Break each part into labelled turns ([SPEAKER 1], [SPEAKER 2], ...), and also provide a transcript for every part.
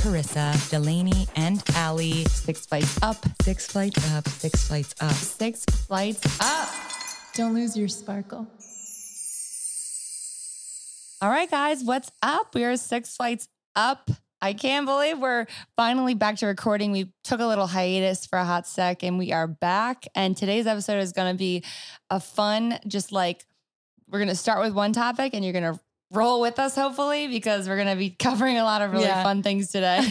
[SPEAKER 1] Carissa, Delaney, and Allie.
[SPEAKER 2] Six flights up,
[SPEAKER 1] Six flights up, six flights up.
[SPEAKER 2] six flights up. Don't lose your sparkle. All right, guys, what's up? We are six flights up. I can't believe we're finally back to recording. We took a little hiatus for a hot sec and we are back. And today's episode is going to be a fun, just like we're going to start with one topic and you're going to roll with us, hopefully, because we're going to be covering a lot of really
[SPEAKER 3] Yeah.
[SPEAKER 2] fun things today.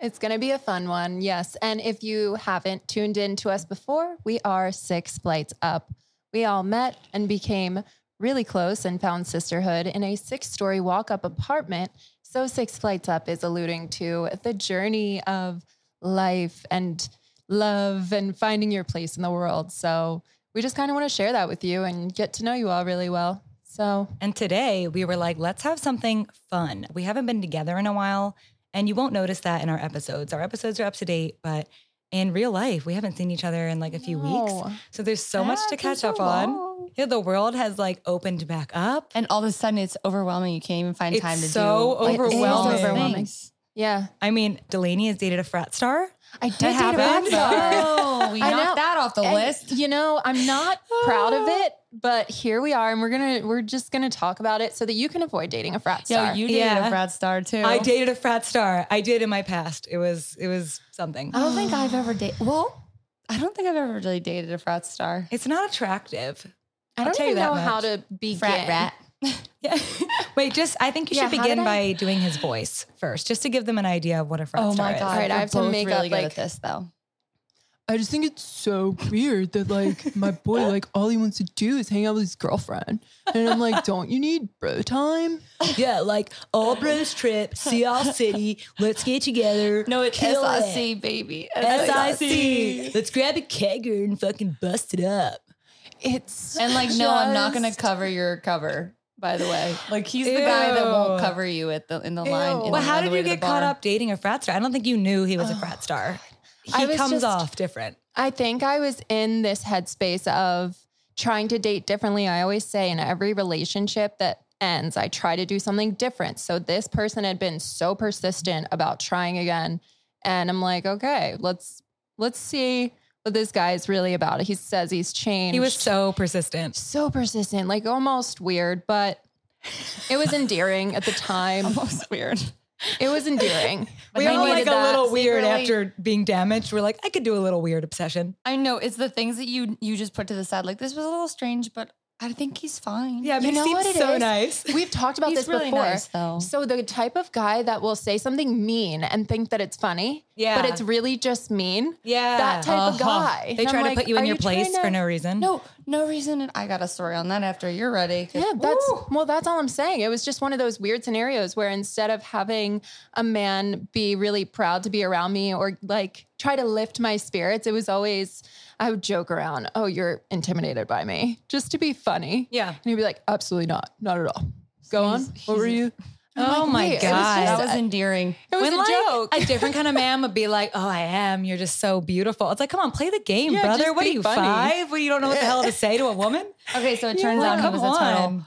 [SPEAKER 3] It's going to be a fun one. Yes. And if you haven't tuned in to us before, we are six flights up. We all met and became really close and found sisterhood in a six story walk up apartment. So, six flights up is alluding to the journey of life and love and finding your place in the world. So, we just kind of want to share that with you and get to know you all really well. So,
[SPEAKER 1] And today we were like, let's have something fun. We haven't been together in a while, and you won't notice that in our episodes. Our episodes are up to date, but in real life, we haven't seen each other in like a few weeks.
[SPEAKER 3] No.
[SPEAKER 1] So there's so much
[SPEAKER 3] Yeah,
[SPEAKER 1] to
[SPEAKER 3] it's been
[SPEAKER 1] catch
[SPEAKER 3] so
[SPEAKER 1] up on.
[SPEAKER 3] long.
[SPEAKER 1] Yeah, the world has like opened back up.
[SPEAKER 2] and all of a sudden it's overwhelming. You can't even find
[SPEAKER 1] It's
[SPEAKER 2] time to
[SPEAKER 1] so
[SPEAKER 2] do like, all these
[SPEAKER 3] overwhelming.
[SPEAKER 2] things.
[SPEAKER 3] Things. Yeah.
[SPEAKER 1] I mean, Delaney has dated a frat star.
[SPEAKER 3] I did date a
[SPEAKER 1] happened.
[SPEAKER 3] rock star.
[SPEAKER 2] Oh, we
[SPEAKER 3] I
[SPEAKER 2] knocked
[SPEAKER 3] know.
[SPEAKER 2] that off the
[SPEAKER 3] And,
[SPEAKER 2] list.
[SPEAKER 3] You know, I'm not proud of it, but here we are, and we're gonna we're just gonna talk about it so that you can avoid dating a frat star.
[SPEAKER 2] Yo, you dated
[SPEAKER 1] Yeah.
[SPEAKER 2] a Brad Star too.
[SPEAKER 1] I dated a frat star. I did in my past. It was it was something.
[SPEAKER 2] I
[SPEAKER 3] Oh.
[SPEAKER 2] don't think I've ever dated. Well, I don't think I've ever really dated a frat star.
[SPEAKER 1] It's not attractive.
[SPEAKER 3] I
[SPEAKER 1] I'll
[SPEAKER 3] don't
[SPEAKER 1] tell you
[SPEAKER 3] even
[SPEAKER 1] that
[SPEAKER 3] know how
[SPEAKER 1] much.
[SPEAKER 3] to begin.
[SPEAKER 1] Yeah. Wait, just I think you
[SPEAKER 3] Yeah,
[SPEAKER 1] should
[SPEAKER 3] how
[SPEAKER 1] begin
[SPEAKER 3] did
[SPEAKER 1] by
[SPEAKER 3] I-
[SPEAKER 1] doing his voice first, just to give them an idea of what a frat
[SPEAKER 2] Oh
[SPEAKER 1] star
[SPEAKER 2] my god!
[SPEAKER 1] is.
[SPEAKER 3] All right, I
[SPEAKER 2] we're
[SPEAKER 3] have to
[SPEAKER 2] both
[SPEAKER 3] make
[SPEAKER 2] really
[SPEAKER 3] up,
[SPEAKER 2] good
[SPEAKER 3] like-
[SPEAKER 2] at this though.
[SPEAKER 3] I just think it's so weird that like my boy, like all he wants to do is hang out with his girlfriend, and I'm like, don't you need bro time?
[SPEAKER 1] Yeah, like all bros trip, see all city, let's get together.
[SPEAKER 2] No, it's
[SPEAKER 1] kill it.
[SPEAKER 2] SIC baby.
[SPEAKER 1] SIC. Let's grab a kegger and fucking bust it up.
[SPEAKER 3] It's
[SPEAKER 2] And like, no, I'm not gonna
[SPEAKER 3] just-
[SPEAKER 2] cover your cover. By the way, like he's the guy that won't
[SPEAKER 1] Ew.
[SPEAKER 2] cover you at the in the line.
[SPEAKER 3] Ew.
[SPEAKER 2] in
[SPEAKER 1] Well,
[SPEAKER 2] the-
[SPEAKER 1] how
[SPEAKER 2] on the
[SPEAKER 1] did
[SPEAKER 2] way
[SPEAKER 1] you
[SPEAKER 2] to the
[SPEAKER 1] get caught
[SPEAKER 2] bar.
[SPEAKER 1] up dating a frat star? I don't think you knew he was a frat star.
[SPEAKER 3] I
[SPEAKER 1] He
[SPEAKER 3] was
[SPEAKER 1] comes
[SPEAKER 3] just-
[SPEAKER 1] off different.
[SPEAKER 3] I think I was in this headspace of trying to date differently. I always say in every relationship that ends, I try to do something different. So this person had been so persistent about trying again. And I'm like, okay, let's let's see what this guy is really about. He says he's changed.
[SPEAKER 1] He was so persistent.
[SPEAKER 3] so persistent, like almost weird, but it was endearing at the time.
[SPEAKER 2] Most weird.
[SPEAKER 3] It was endearing.
[SPEAKER 1] we
[SPEAKER 3] I
[SPEAKER 1] all like
[SPEAKER 3] needed
[SPEAKER 1] a
[SPEAKER 3] that
[SPEAKER 1] little weird
[SPEAKER 3] secretly.
[SPEAKER 1] after being damaged. We're like, I could do a little weird obsession.
[SPEAKER 2] I know it's the things that you you just put to the side. Like this was a little strange, but I think he's fine.
[SPEAKER 1] Yeah, but
[SPEAKER 3] You
[SPEAKER 1] he
[SPEAKER 3] know
[SPEAKER 1] seems
[SPEAKER 3] what it
[SPEAKER 1] so
[SPEAKER 3] is?
[SPEAKER 1] nice.
[SPEAKER 3] We've talked about
[SPEAKER 2] He's
[SPEAKER 3] this
[SPEAKER 2] really
[SPEAKER 3] before.
[SPEAKER 2] nice, though.
[SPEAKER 3] So the type of guy that will say something mean and think that it's funny,
[SPEAKER 1] Yeah.
[SPEAKER 3] but it's really just mean.
[SPEAKER 1] Yeah.
[SPEAKER 3] that type of
[SPEAKER 2] Uh-huh.
[SPEAKER 3] guy.
[SPEAKER 1] They
[SPEAKER 3] And
[SPEAKER 1] try
[SPEAKER 3] I'm
[SPEAKER 1] to
[SPEAKER 3] like,
[SPEAKER 1] put you in
[SPEAKER 3] are
[SPEAKER 1] your place
[SPEAKER 3] trying to-
[SPEAKER 1] for no reason.
[SPEAKER 2] No, no reason. I got a story on that after you're ready.
[SPEAKER 3] Yeah, that's
[SPEAKER 1] Ooh.
[SPEAKER 3] well. That's all I'm saying. It was just one of those weird scenarios where instead of having a man be really proud to be around me or like try to lift my spirits, it was always I would joke around. Oh, you're intimidated by me, just to be funny.
[SPEAKER 1] Yeah.
[SPEAKER 3] and he'd be like, absolutely not, not at all. Go on. what were you? I'm
[SPEAKER 1] Oh
[SPEAKER 3] like,
[SPEAKER 1] my
[SPEAKER 3] wait, it was
[SPEAKER 1] God.
[SPEAKER 3] just
[SPEAKER 2] that was endearing.
[SPEAKER 3] It was
[SPEAKER 1] when
[SPEAKER 3] a
[SPEAKER 1] like
[SPEAKER 3] joke.
[SPEAKER 1] a different kind of man would be like, "Oh, I am. You're just so beautiful." It's like, come on, play the game,
[SPEAKER 3] Yeah,
[SPEAKER 1] brother.
[SPEAKER 3] just
[SPEAKER 1] What are
[SPEAKER 3] be
[SPEAKER 1] you
[SPEAKER 3] funny.
[SPEAKER 1] five? What you don't know what the hell to say to a woman?
[SPEAKER 2] Okay, so it turns
[SPEAKER 1] Yeah,
[SPEAKER 2] out he
[SPEAKER 1] come
[SPEAKER 2] was a total.
[SPEAKER 1] on,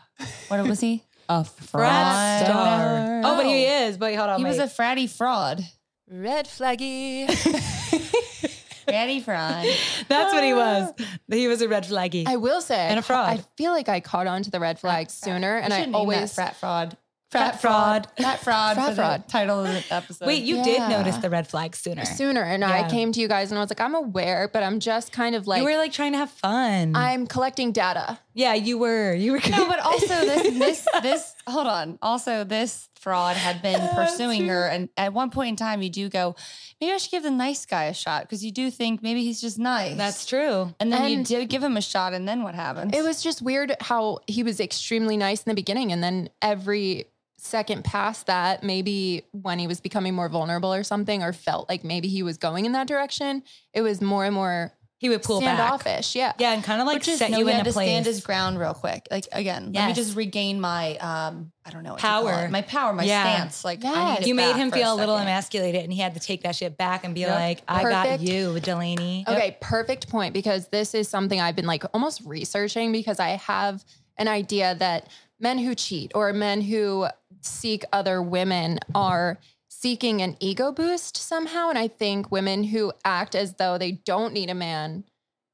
[SPEAKER 2] What was he? A
[SPEAKER 1] frat
[SPEAKER 2] fraud.
[SPEAKER 1] star. Oh, but he is. But hold on,
[SPEAKER 2] He was a
[SPEAKER 1] wait.
[SPEAKER 2] fratty fraud.
[SPEAKER 3] Red flaggy.
[SPEAKER 2] Fratty fraud.
[SPEAKER 1] That's what he was. He was a red flaggy.
[SPEAKER 3] I will say,
[SPEAKER 1] And a fraud.
[SPEAKER 3] I feel like I caught on to the red flag sooner, and I always
[SPEAKER 2] frat fraud.
[SPEAKER 1] Frat fraud.
[SPEAKER 2] Frat fraud.
[SPEAKER 3] Frat
[SPEAKER 2] for the
[SPEAKER 3] fraud.
[SPEAKER 2] Title of the episode.
[SPEAKER 1] Wait, you did
[SPEAKER 3] Yeah.
[SPEAKER 1] notice the red flag sooner.
[SPEAKER 3] sooner. And
[SPEAKER 1] Yeah.
[SPEAKER 3] I came to you guys, and I was like, I'm aware, but I'm just kind of like,
[SPEAKER 1] you were like trying to have fun.
[SPEAKER 3] I'm collecting data.
[SPEAKER 1] yeah, you were. You were.
[SPEAKER 2] No, but also this this this hold on. Also, this fraud had been pursuing her, and at one point in time, you do go, maybe I should give the nice guy a shot because you do think maybe he's just nice.
[SPEAKER 1] That's true.
[SPEAKER 2] and then you
[SPEAKER 3] And-
[SPEAKER 2] did give him a shot, and then what happens?
[SPEAKER 3] It was just weird how he was extremely nice in the beginning, and then every second past that, maybe when he was becoming more vulnerable or something, or felt like maybe he was going in that direction, it was more and more
[SPEAKER 1] He would pull back.
[SPEAKER 3] standoffish. Yeah.
[SPEAKER 1] Yeah, and kind of like
[SPEAKER 2] Which is
[SPEAKER 1] set
[SPEAKER 2] no,
[SPEAKER 1] you
[SPEAKER 2] he
[SPEAKER 1] in
[SPEAKER 2] had
[SPEAKER 1] a
[SPEAKER 2] to stand his
[SPEAKER 1] place.
[SPEAKER 2] ground real quick. Like again, let me
[SPEAKER 1] Yes.
[SPEAKER 2] just regain my um, I don't know what you call
[SPEAKER 1] Power.
[SPEAKER 2] it. my power, my
[SPEAKER 1] Yeah.
[SPEAKER 2] stance. Like I
[SPEAKER 3] Yes.
[SPEAKER 2] need to
[SPEAKER 1] You made
[SPEAKER 2] back
[SPEAKER 1] him
[SPEAKER 2] for
[SPEAKER 1] feel a little
[SPEAKER 2] second.
[SPEAKER 1] emasculated, and he had to take that shit back and be
[SPEAKER 2] Yep.
[SPEAKER 1] like, "I got
[SPEAKER 3] Perfect.
[SPEAKER 1] you, Delaney."
[SPEAKER 3] Okay, perfect point because this is something I've been like almost researching because I have an idea that men who cheat or men who seek other women are seeking an ego boost somehow. And I think women who act as though they don't need a man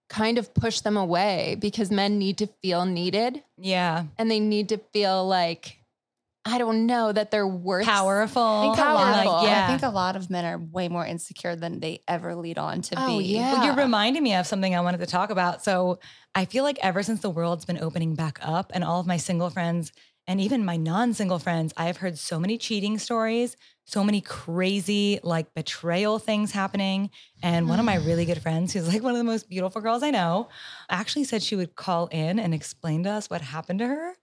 [SPEAKER 3] kind of push them away because men need to feel needed
[SPEAKER 1] Yeah.
[SPEAKER 3] and they need to feel like, I don't know, that they're worth
[SPEAKER 2] I
[SPEAKER 1] Powerful.
[SPEAKER 2] think, a lot,
[SPEAKER 3] Powerful.
[SPEAKER 1] Like,
[SPEAKER 2] yeah.
[SPEAKER 1] yeah.
[SPEAKER 2] I think a lot of men are way more insecure than they ever lead on to
[SPEAKER 3] Oh,
[SPEAKER 2] be.
[SPEAKER 3] yeah.
[SPEAKER 1] Well, you're reminding me of something I wanted to talk about. So I feel like ever since the world's been opening back up and all of my single friends and even my non single friends, I've heard so many cheating stories, so many crazy like betrayal things happening. And one of my really good friends, who's like one of the most beautiful girls I know, actually said she would call in and explain to us what happened to her.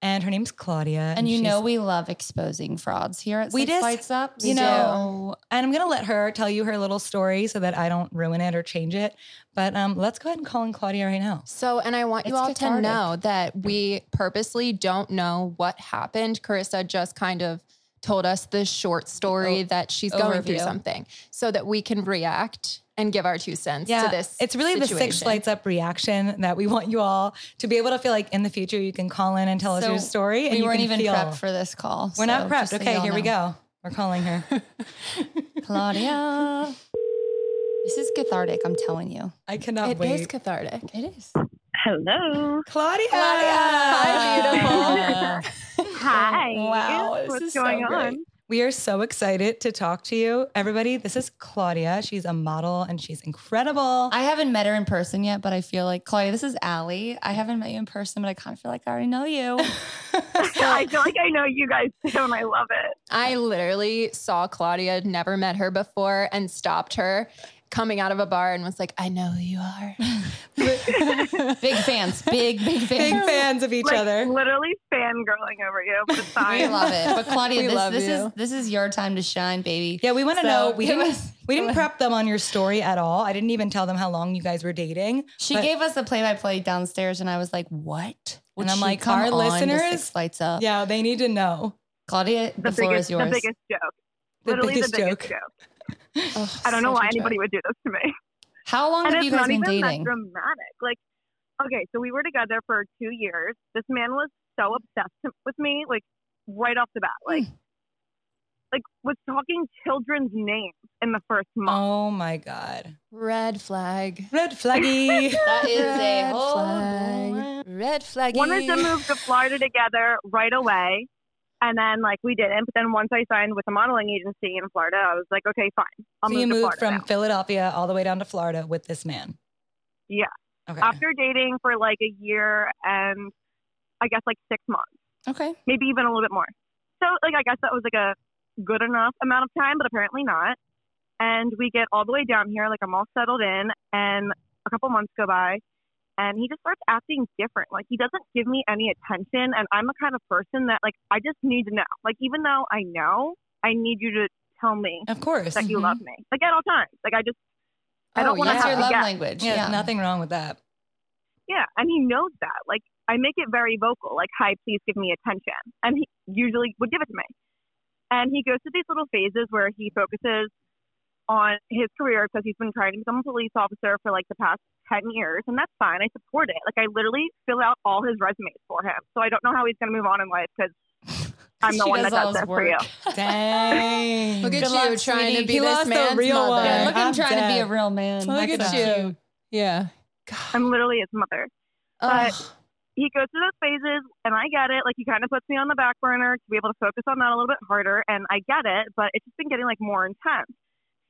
[SPEAKER 1] And her name's Claudia.
[SPEAKER 2] And you
[SPEAKER 1] she's-
[SPEAKER 2] know we love exposing frauds here at
[SPEAKER 1] We
[SPEAKER 2] Six
[SPEAKER 1] just-
[SPEAKER 2] Lights Up.
[SPEAKER 1] you
[SPEAKER 3] know-
[SPEAKER 1] and I'm gonna let her tell you her little story so that I don't ruin it or change it. But um, let's go ahead and call in Claudia right now.
[SPEAKER 3] So, and I want you
[SPEAKER 2] It's
[SPEAKER 3] all to
[SPEAKER 2] cathartic.
[SPEAKER 3] know that we purposely don't know what happened. Carissa just kind of told us the short story that she's going through
[SPEAKER 2] overview.
[SPEAKER 3] something so that we can react and give our two cents to this.
[SPEAKER 1] It's really the six
[SPEAKER 3] situation.
[SPEAKER 1] lights up reaction that we want you all to be able to feel like in the future you can call in and tell us
[SPEAKER 2] So
[SPEAKER 1] your story. And
[SPEAKER 2] we
[SPEAKER 1] you
[SPEAKER 2] weren't
[SPEAKER 1] can
[SPEAKER 2] even
[SPEAKER 1] feel-
[SPEAKER 2] prepped for this call.
[SPEAKER 1] We're not
[SPEAKER 2] so just
[SPEAKER 1] prepped.
[SPEAKER 2] so
[SPEAKER 1] okay,
[SPEAKER 2] y'all
[SPEAKER 1] here we
[SPEAKER 2] know.
[SPEAKER 1] go. We're calling her.
[SPEAKER 2] Claudia. this is cathartic, I'm telling you.
[SPEAKER 1] I cannot
[SPEAKER 3] It
[SPEAKER 1] wait.
[SPEAKER 3] is cathartic.
[SPEAKER 2] It is.
[SPEAKER 4] Hello.
[SPEAKER 1] Claudia.
[SPEAKER 3] Hi,
[SPEAKER 2] beautiful.
[SPEAKER 4] Hi.
[SPEAKER 2] Oh, wow, this
[SPEAKER 4] What's
[SPEAKER 2] is so
[SPEAKER 4] going
[SPEAKER 2] great.
[SPEAKER 4] on?
[SPEAKER 1] We are so excited to talk to you. Everybody, this is Claudia. She's a model and she's incredible.
[SPEAKER 2] I haven't met her in person yet, but I feel like Claudia, this is Allie. I haven't met you in person, but I kind of feel like I already know you.
[SPEAKER 4] I feel like I know you guys too, and I love it.
[SPEAKER 3] I literally saw Claudia, never met her before, and stopped her coming out of a bar and was like, I know who you are.
[SPEAKER 2] big fans, big, big fans.
[SPEAKER 1] Big fans of each
[SPEAKER 4] like,
[SPEAKER 1] other.
[SPEAKER 4] Literally fangirling over you. But it's
[SPEAKER 2] We
[SPEAKER 4] fine.
[SPEAKER 2] love it. But Claudia,
[SPEAKER 3] We
[SPEAKER 2] this,
[SPEAKER 3] love
[SPEAKER 2] this
[SPEAKER 3] you.
[SPEAKER 2] is this is your time to shine, baby.
[SPEAKER 1] Yeah, we want to
[SPEAKER 2] So,
[SPEAKER 1] know. We
[SPEAKER 2] give
[SPEAKER 1] didn't,
[SPEAKER 2] us-
[SPEAKER 1] we didn't prep them on your story at all. I didn't even tell them how long you guys were dating.
[SPEAKER 2] She
[SPEAKER 1] But-
[SPEAKER 2] gave us the play-by-play downstairs, and I was like, "What?"
[SPEAKER 1] And I'm
[SPEAKER 2] she
[SPEAKER 1] like,
[SPEAKER 2] come
[SPEAKER 1] our
[SPEAKER 2] on to
[SPEAKER 1] listeners-
[SPEAKER 2] Six lights up.
[SPEAKER 1] Yeah, they need to know.
[SPEAKER 2] Claudia, the,
[SPEAKER 4] the,
[SPEAKER 2] floor
[SPEAKER 4] biggest,
[SPEAKER 2] is yours.
[SPEAKER 4] the biggest joke.
[SPEAKER 1] The
[SPEAKER 4] Literally
[SPEAKER 1] biggest
[SPEAKER 4] the biggest
[SPEAKER 1] joke.
[SPEAKER 4] joke.
[SPEAKER 3] Ugh,
[SPEAKER 4] I don't know
[SPEAKER 3] such
[SPEAKER 4] why
[SPEAKER 3] a joke.
[SPEAKER 4] anybody would do this to me.
[SPEAKER 2] How long
[SPEAKER 4] and
[SPEAKER 2] have you
[SPEAKER 4] it's
[SPEAKER 2] guys
[SPEAKER 4] not
[SPEAKER 2] been
[SPEAKER 4] even
[SPEAKER 2] dating?
[SPEAKER 4] that dramatic. Like, okay, so we were together for two years. This man was so obsessed with me, like right off the bat. Like,
[SPEAKER 2] Hmm.
[SPEAKER 4] like was talking children's names in the first month.
[SPEAKER 1] Oh my God.
[SPEAKER 3] Red flag.
[SPEAKER 1] Red flaggy.
[SPEAKER 2] That is a
[SPEAKER 3] Red
[SPEAKER 2] whole.
[SPEAKER 3] flag. Red flaggy.
[SPEAKER 4] wanted to move to Florida together right away. And then like we didn't. But then once I signed with a modeling agency in Florida, I was like, okay, fine. I'll
[SPEAKER 1] so
[SPEAKER 4] move
[SPEAKER 1] you
[SPEAKER 4] to
[SPEAKER 1] moved
[SPEAKER 4] Florida
[SPEAKER 1] from
[SPEAKER 4] now.
[SPEAKER 1] Philadelphia all the way down to Florida with this man.
[SPEAKER 4] Yeah.
[SPEAKER 1] Okay.
[SPEAKER 4] after dating for like a year and I guess like six months,
[SPEAKER 2] Okay.
[SPEAKER 4] maybe even a little bit more. So like I guess that was like a good enough amount of time, but apparently not. And we get all the way down here, like I'm all settled in, and a couple months go by, and he just starts acting different. Like he doesn't give me any attention, and I'm the kind of person that like I just need to know. Like even though I know, I need you to tell me
[SPEAKER 1] of course.
[SPEAKER 4] that you
[SPEAKER 2] Mhm.
[SPEAKER 4] love me, like at all times. Like I just I
[SPEAKER 3] Mm-hmm. Oh,
[SPEAKER 4] don't want
[SPEAKER 3] yeah.
[SPEAKER 4] to
[SPEAKER 2] That's
[SPEAKER 4] have
[SPEAKER 2] your
[SPEAKER 4] to
[SPEAKER 2] love
[SPEAKER 4] guess.
[SPEAKER 2] language.
[SPEAKER 1] Yeah,
[SPEAKER 2] Yeah.
[SPEAKER 1] there's nothing wrong with that.
[SPEAKER 4] Yeah, and he knows that. Like I make it very vocal, like "Hi, please give me attention," and he usually would give it to me. And he goes through these little phases where he focuses on his career because he's been trying to become a police officer for like the past ten years, and that's fine. I support it. Like I literally fill out all his resumes for him, so I don't know how he's going to move on in life because I'm the
[SPEAKER 2] She
[SPEAKER 4] one
[SPEAKER 2] does
[SPEAKER 4] that
[SPEAKER 2] all
[SPEAKER 4] does
[SPEAKER 2] his
[SPEAKER 4] that for you.
[SPEAKER 1] Dang.
[SPEAKER 3] Look at
[SPEAKER 2] Good
[SPEAKER 3] you
[SPEAKER 2] luck,
[SPEAKER 3] trying
[SPEAKER 2] sweetie.
[SPEAKER 3] to be
[SPEAKER 1] He
[SPEAKER 3] this
[SPEAKER 1] lost the
[SPEAKER 3] man's
[SPEAKER 1] real
[SPEAKER 3] mother.
[SPEAKER 1] one.
[SPEAKER 2] Yeah, look, I'm,
[SPEAKER 1] I'm
[SPEAKER 2] trying to be
[SPEAKER 1] dead.
[SPEAKER 2] a real man.
[SPEAKER 1] Look at
[SPEAKER 2] That's cute.
[SPEAKER 1] you.
[SPEAKER 3] Yeah.
[SPEAKER 4] I'm literally his mother.
[SPEAKER 3] Ugh.
[SPEAKER 4] he goes through those phases, and I get it. Like he kind of puts me on the back burner to be able to focus on that a little bit harder, and I get it. But it's just been getting like more intense.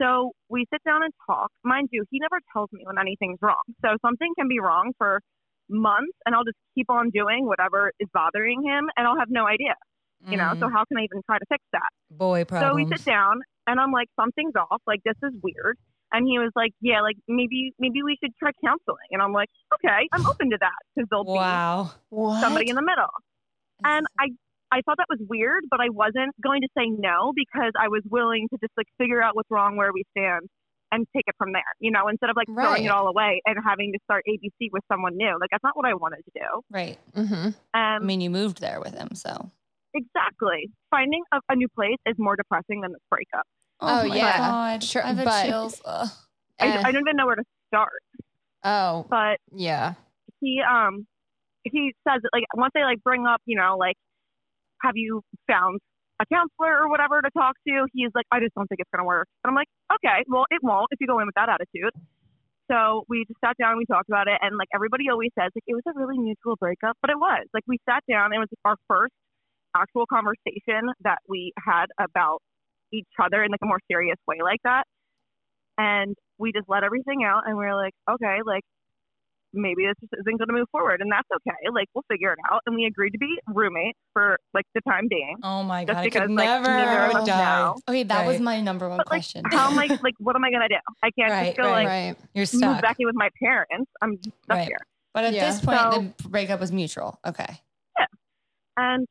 [SPEAKER 4] So we sit down and talk. Mind you, he never tells me when anything's wrong. So something can be wrong for months, and I'll just keep on doing whatever is bothering him, and I'll have no idea. You know. So how can I even try to fix that?
[SPEAKER 1] mm, Boy
[SPEAKER 4] So we
[SPEAKER 1] Mm-hmm. problems.
[SPEAKER 4] sit down, and I'm like, something's off. Like this is weird. And he was like, yeah, like maybe maybe we should try counseling. And I'm like, okay, I'm open to that because there'll
[SPEAKER 1] wow.
[SPEAKER 4] be
[SPEAKER 3] What?
[SPEAKER 4] somebody in the middle and I I thought that was weird, but I wasn't going to say no because I was willing to just like figure out what's wrong, where we stand, and take it from there. You know, instead of like throwing
[SPEAKER 3] Right.
[SPEAKER 4] it all away and having to start ABC with someone new. Like that's not what I wanted to do.
[SPEAKER 2] right.
[SPEAKER 3] Mm-hmm.
[SPEAKER 2] I
[SPEAKER 4] Um,
[SPEAKER 2] mean, you moved there with him, so.
[SPEAKER 4] exactly. Finding a, a new place is more depressing than this breakup.
[SPEAKER 3] Oh,
[SPEAKER 2] my
[SPEAKER 3] yeah.
[SPEAKER 2] God.
[SPEAKER 3] Sure,
[SPEAKER 2] I've had
[SPEAKER 3] but-
[SPEAKER 2] chills. Ugh.
[SPEAKER 3] Eh.
[SPEAKER 4] I, I don't even know where to start.
[SPEAKER 3] oh,
[SPEAKER 4] But
[SPEAKER 3] yeah.
[SPEAKER 4] he um he says like once they like bring up you know like have you found a counselor or whatever to talk to. He's like, I just don't think it's going to work. And I'm like, okay, well, it won't if you go in with that attitude. So we just sat down and we talked about it. And like everybody always says, like, it was a really mutual breakup, but it was. Like, we sat down and it was our first actual conversation that we had about each other in like a more serious way like that. And we just let everything out and we were like, okay, like, maybe this just isn't going to move forward and that's okay like we'll figure it out and we agreed to be roommates for like the time being
[SPEAKER 1] Oh my
[SPEAKER 4] Just
[SPEAKER 1] god, I
[SPEAKER 4] because,
[SPEAKER 1] could
[SPEAKER 4] like,
[SPEAKER 1] never
[SPEAKER 4] neither of us
[SPEAKER 1] die.
[SPEAKER 4] know.
[SPEAKER 2] Okay, that was
[SPEAKER 1] Right.
[SPEAKER 2] my number one
[SPEAKER 4] But, like,
[SPEAKER 2] question.
[SPEAKER 4] how am i like what am i going to do i can't
[SPEAKER 1] Right,
[SPEAKER 4] just go
[SPEAKER 1] right.
[SPEAKER 4] like
[SPEAKER 3] right.
[SPEAKER 1] You're
[SPEAKER 4] move
[SPEAKER 1] stuck.
[SPEAKER 4] back in with my parents i'm just stuck
[SPEAKER 1] Right.
[SPEAKER 4] here
[SPEAKER 2] But at
[SPEAKER 3] Yeah.
[SPEAKER 2] this point,
[SPEAKER 4] So-
[SPEAKER 2] the breakup was mutual. Okay.
[SPEAKER 4] and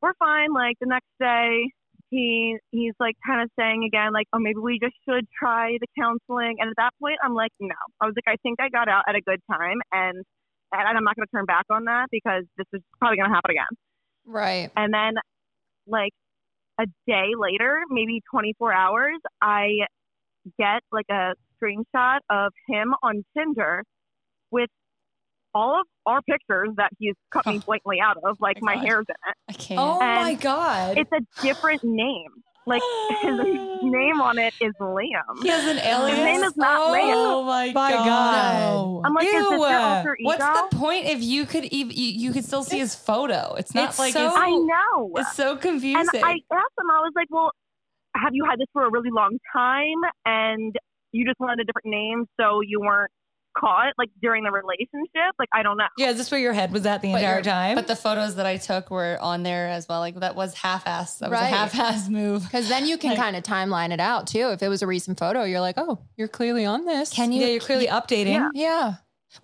[SPEAKER 4] we're fine. Like the next day, he he's like kind of saying again, like, oh, maybe we just should try the counseling. And at that point, I'm like, no. I was like, I think I got out at a good time, and and I'm not going to turn back on that because this is probably going to happen again.
[SPEAKER 3] Right.
[SPEAKER 4] And then, like a day later, maybe 24 hours, I get like a screenshot of him on Tinder with all of our pictures that he's cut me blatantly out of, like
[SPEAKER 2] Oh my
[SPEAKER 4] my
[SPEAKER 2] God.
[SPEAKER 4] hair's in it
[SPEAKER 2] I can't.
[SPEAKER 1] Oh
[SPEAKER 4] And
[SPEAKER 1] my god.
[SPEAKER 4] it's a different name. Like his name on it is Liam.
[SPEAKER 2] He has an alias.
[SPEAKER 4] name is not Leia.
[SPEAKER 2] Oh my,
[SPEAKER 1] My God.
[SPEAKER 2] No.
[SPEAKER 4] I'm like, is this
[SPEAKER 1] Ew.
[SPEAKER 4] your alter ego?
[SPEAKER 2] What's the point if you could even you, you could still see his photo? It's not
[SPEAKER 1] It's
[SPEAKER 2] like
[SPEAKER 1] so-
[SPEAKER 4] I
[SPEAKER 2] it's,
[SPEAKER 4] know.
[SPEAKER 2] it's so
[SPEAKER 4] And
[SPEAKER 2] confusing.
[SPEAKER 4] I asked him, I was like, well, have you had this for a really long time and you just wanted a different name so you weren't caught like during the relationship? Like, I don't know.
[SPEAKER 1] yeah, is this where your head was at the
[SPEAKER 2] But
[SPEAKER 1] entire
[SPEAKER 2] you're-
[SPEAKER 1] time?
[SPEAKER 2] but the photos that I took were on there as well. Like that was half-assed. That was a
[SPEAKER 3] Right.
[SPEAKER 2] half-assed move.
[SPEAKER 3] Because then you can
[SPEAKER 2] Like-
[SPEAKER 3] kind of timeline it out too. If it was a recent photo, you're like, oh, you're clearly on this.
[SPEAKER 2] Can you?
[SPEAKER 1] yeah, you're clearly updating.
[SPEAKER 4] Yeah.
[SPEAKER 3] Yeah.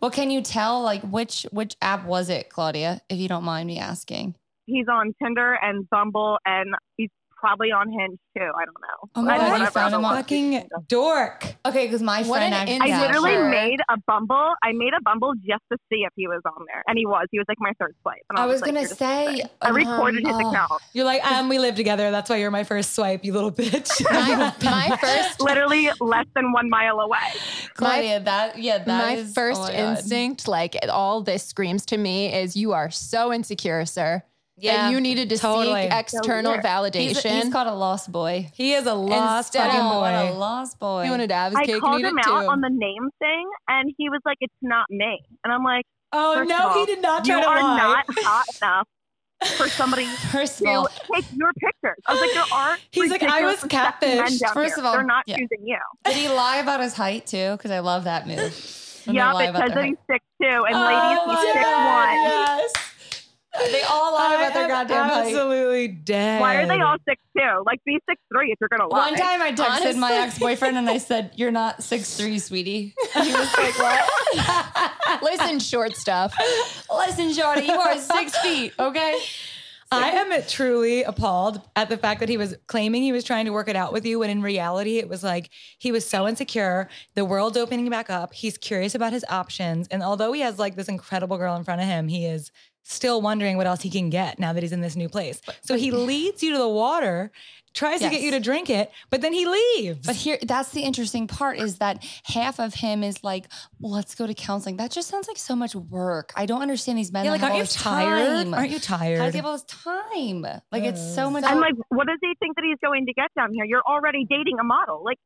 [SPEAKER 2] Well, can you tell like which which app was it, Claudia? If you don't mind me asking.
[SPEAKER 4] He's on Tinder and Bumble and he's probably on Hinge too. I don't know.
[SPEAKER 2] Oh my
[SPEAKER 4] I don't
[SPEAKER 2] God,
[SPEAKER 4] know
[SPEAKER 2] you
[SPEAKER 4] if
[SPEAKER 2] found him
[SPEAKER 4] I ever
[SPEAKER 2] on-
[SPEAKER 4] watched
[SPEAKER 1] Fucking
[SPEAKER 4] Tinder.
[SPEAKER 1] dork.
[SPEAKER 2] Okay, because my
[SPEAKER 3] What
[SPEAKER 2] friend
[SPEAKER 3] an
[SPEAKER 2] actually.
[SPEAKER 3] Yeah,
[SPEAKER 4] I literally
[SPEAKER 3] sure.
[SPEAKER 4] made a Bumble. I made a Bumble just to see if he was on there, and he was. He was like my third swipe. And
[SPEAKER 2] I was
[SPEAKER 4] like,
[SPEAKER 2] gonna
[SPEAKER 4] "You're just
[SPEAKER 2] say.
[SPEAKER 4] sick." I recorded
[SPEAKER 2] um,
[SPEAKER 4] his
[SPEAKER 2] oh.
[SPEAKER 4] account.
[SPEAKER 1] You're like, um, we live together. That's why you're my first swipe, you little bitch.
[SPEAKER 3] My, my
[SPEAKER 2] oh.
[SPEAKER 3] first,
[SPEAKER 4] Literally less than one mile away.
[SPEAKER 2] Claudia, that yeah, that
[SPEAKER 3] my
[SPEAKER 2] is-
[SPEAKER 3] first
[SPEAKER 2] oh my God.
[SPEAKER 3] instinct, like all this screams to me, is you are so insecure, sir.
[SPEAKER 1] Yeah,
[SPEAKER 3] that you needed to
[SPEAKER 1] totally.
[SPEAKER 3] seek external
[SPEAKER 4] So weird.
[SPEAKER 3] validation.
[SPEAKER 2] He's, he's called a lost boy.
[SPEAKER 1] he is a lost
[SPEAKER 3] Instead
[SPEAKER 1] fucking
[SPEAKER 3] of-
[SPEAKER 2] Oh, what a
[SPEAKER 1] boy.
[SPEAKER 2] lost boy.
[SPEAKER 3] you wanted to have his
[SPEAKER 4] I
[SPEAKER 3] cake
[SPEAKER 4] called
[SPEAKER 3] and eat
[SPEAKER 4] him
[SPEAKER 3] it
[SPEAKER 4] out
[SPEAKER 3] too.
[SPEAKER 4] on the name thing, and he was like, "It's not me." And I'm like,
[SPEAKER 1] Oh
[SPEAKER 4] First of
[SPEAKER 1] no, he
[SPEAKER 4] all,
[SPEAKER 1] did not
[SPEAKER 4] "You
[SPEAKER 1] try to
[SPEAKER 4] are
[SPEAKER 1] lie.
[SPEAKER 4] not hot enough for somebody."
[SPEAKER 2] First of
[SPEAKER 4] To
[SPEAKER 2] all,
[SPEAKER 4] take your pictures. I was like, there are.
[SPEAKER 1] He's like, "I was catfished."
[SPEAKER 2] First of all,
[SPEAKER 4] they're not
[SPEAKER 2] yeah.
[SPEAKER 4] choosing you.
[SPEAKER 2] did he lie about his height too? Because I love that move. When they
[SPEAKER 4] Yeah,
[SPEAKER 2] lie
[SPEAKER 4] it
[SPEAKER 2] about
[SPEAKER 4] says
[SPEAKER 2] their
[SPEAKER 4] that he's
[SPEAKER 2] height.
[SPEAKER 4] six two, and
[SPEAKER 2] Oh
[SPEAKER 4] ladies,
[SPEAKER 2] my
[SPEAKER 4] he's six
[SPEAKER 2] God,
[SPEAKER 4] one.
[SPEAKER 2] Yes. They all lie about their
[SPEAKER 1] am
[SPEAKER 2] goddamn height.
[SPEAKER 1] absolutely dead.
[SPEAKER 4] Why are they all six two? Like be six three if you're gonna lie.
[SPEAKER 2] One time I texted my
[SPEAKER 3] Honestly.
[SPEAKER 2] ex boyfriend and I said, You're not six three, sweetie. And he was like, What?
[SPEAKER 3] Listen, short stuff.
[SPEAKER 2] Listen, Jordy, you are six feet, okay?
[SPEAKER 1] I am truly appalled at the fact that he was claiming he was trying to work it out with you when in reality it was like he was so insecure, the world's opening back up, he's curious about his options and although he has like this incredible girl in front of him, he is still wondering what else he can get now that he's in this new place. So he leads you to the water, tries to get
[SPEAKER 2] Yes.
[SPEAKER 1] you to drink it, but then he leaves.
[SPEAKER 2] But here, that's the interesting part is that half of him is like, let's go to counseling. That just sounds like so much work. I don't understand these men.
[SPEAKER 1] yeah, like
[SPEAKER 2] that have
[SPEAKER 1] aren't
[SPEAKER 2] all
[SPEAKER 1] you
[SPEAKER 2] this
[SPEAKER 1] tired?
[SPEAKER 2] time.
[SPEAKER 1] Aren't you
[SPEAKER 2] How do
[SPEAKER 1] tired?
[SPEAKER 2] they have all this time? Like, it's so much.
[SPEAKER 4] I'm like, what does he think that he's going to get down here? You're already dating a model. Like,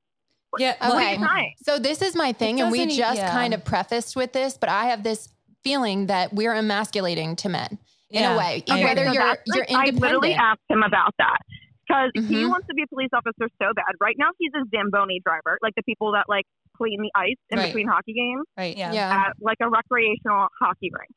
[SPEAKER 1] Yeah,
[SPEAKER 3] Okay.
[SPEAKER 1] like-
[SPEAKER 4] hi.
[SPEAKER 3] So this is my thing, and we
[SPEAKER 2] doesn't e-
[SPEAKER 3] just
[SPEAKER 2] yeah.
[SPEAKER 3] kind of prefaced with this, but I have this feeling that we're emasculating to men in
[SPEAKER 1] Yeah.
[SPEAKER 3] a way,
[SPEAKER 1] Okay,
[SPEAKER 3] whether
[SPEAKER 4] so
[SPEAKER 3] you're
[SPEAKER 4] that's,
[SPEAKER 3] you're
[SPEAKER 4] like, I literally
[SPEAKER 3] independent.
[SPEAKER 4] asked him about that because he
[SPEAKER 2] Mm-hmm.
[SPEAKER 3] Mhm.
[SPEAKER 4] wants to be a police officer so bad. Right now, he's a Zamboni driver, like the people that like clean the ice in
[SPEAKER 2] Right. Uh.
[SPEAKER 4] between hockey games
[SPEAKER 2] right.
[SPEAKER 1] yeah.
[SPEAKER 3] yeah,
[SPEAKER 4] at like a recreational hockey rink.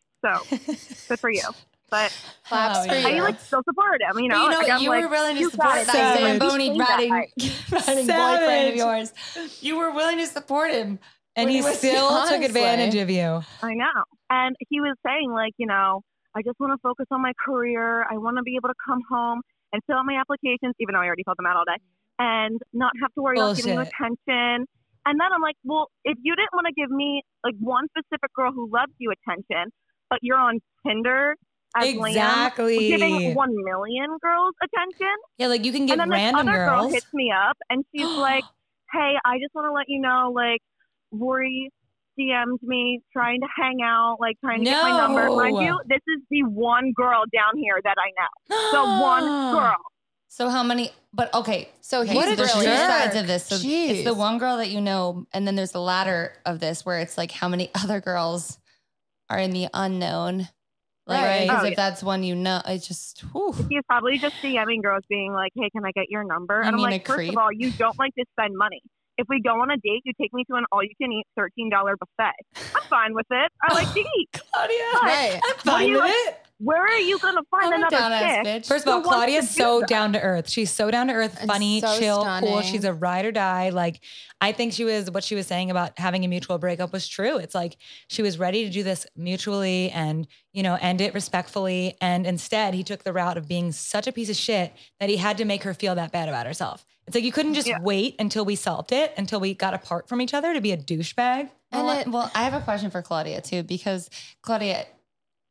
[SPEAKER 4] So good for you. But
[SPEAKER 3] claps
[SPEAKER 2] Oh,
[SPEAKER 3] for
[SPEAKER 2] yeah.
[SPEAKER 4] I
[SPEAKER 3] you.
[SPEAKER 4] like still support him, you
[SPEAKER 2] But
[SPEAKER 4] know?
[SPEAKER 2] you know,
[SPEAKER 4] Like, I'm
[SPEAKER 2] you
[SPEAKER 4] like,
[SPEAKER 2] were willing to
[SPEAKER 4] you
[SPEAKER 2] support
[SPEAKER 4] got
[SPEAKER 2] that
[SPEAKER 1] it, savage.
[SPEAKER 2] Zamboni
[SPEAKER 4] Please,
[SPEAKER 2] riding,
[SPEAKER 4] guys.
[SPEAKER 2] riding boyfriend
[SPEAKER 1] Savage.
[SPEAKER 2] of yours. You were willing to support him.
[SPEAKER 1] and
[SPEAKER 2] Wait,
[SPEAKER 1] he
[SPEAKER 2] wait,
[SPEAKER 1] still took
[SPEAKER 3] honestly.
[SPEAKER 1] advantage of you.
[SPEAKER 4] I know. And he was saying, like, you know, I just want to focus on my career. I want to be able to come home and fill out my applications, even though I already filled them out all day, and not have to worry about getting
[SPEAKER 1] Bullshit.
[SPEAKER 4] attention. And then I'm like, well, if you didn't want to give me like one specific girl who loves you attention, but you're on Tinder as Liam,
[SPEAKER 1] Exactly.
[SPEAKER 4] giving one million girls attention,
[SPEAKER 1] Yeah, like you can give
[SPEAKER 4] and then
[SPEAKER 1] random
[SPEAKER 4] this other girl
[SPEAKER 1] girls.
[SPEAKER 4] hits me up and she's like, "Hey, I just want to let you know, like, Lori DM'd me trying to hang out, like trying to get my number. Mind
[SPEAKER 1] No.
[SPEAKER 4] you, this is the one girl down here that I know. The one girl.
[SPEAKER 2] So how many? But okay,
[SPEAKER 3] So he's
[SPEAKER 2] what are the two
[SPEAKER 3] brilliant.
[SPEAKER 2] sides of this? So
[SPEAKER 3] Jeez.
[SPEAKER 2] it's the one girl that you know, and then there's the ladder of this where it's like how many other girls are in the unknown. Like,
[SPEAKER 1] Right.
[SPEAKER 2] because
[SPEAKER 4] Oh,
[SPEAKER 2] if
[SPEAKER 4] yeah.
[SPEAKER 2] that's one you know, it's just whew.
[SPEAKER 4] He's probably just DMing girls being like, hey, can I get your number?
[SPEAKER 2] You
[SPEAKER 4] And I'm
[SPEAKER 2] mean
[SPEAKER 4] like,
[SPEAKER 2] a
[SPEAKER 4] first
[SPEAKER 2] creep?
[SPEAKER 4] of all, you don't like to spend money. If we go on a date, you take me to an all you can eat $13 buffet. I'm fine with it. I like to eat.
[SPEAKER 1] Claudia. I'm
[SPEAKER 3] Right.
[SPEAKER 4] What do
[SPEAKER 1] fine
[SPEAKER 4] you
[SPEAKER 1] with
[SPEAKER 4] like-
[SPEAKER 1] it.
[SPEAKER 4] Where are you going to find
[SPEAKER 2] I'm a
[SPEAKER 4] another
[SPEAKER 2] down ass
[SPEAKER 4] chick?
[SPEAKER 2] bitch.
[SPEAKER 1] First of all,
[SPEAKER 4] Who wants
[SPEAKER 1] Claudia's
[SPEAKER 4] to do
[SPEAKER 1] so
[SPEAKER 4] that?
[SPEAKER 1] down to earth. She's so down to earth,
[SPEAKER 3] And
[SPEAKER 1] funny,
[SPEAKER 3] so
[SPEAKER 1] chill, cool.
[SPEAKER 3] stunning.
[SPEAKER 1] She's a ride or die. Like, I think she was what she was saying about having a mutual breakup was true. It's like she was ready to do this mutually and, you know, end it respectfully. And instead, he took the route of being such a piece of shit that he had to make her feel that bad about herself. It's like you couldn't just
[SPEAKER 4] Yeah.
[SPEAKER 1] wait until we solved it, until we got apart from each other to be a douchebag.
[SPEAKER 3] Well,
[SPEAKER 2] And well, well, I have a question for Claudia too, because Claudia,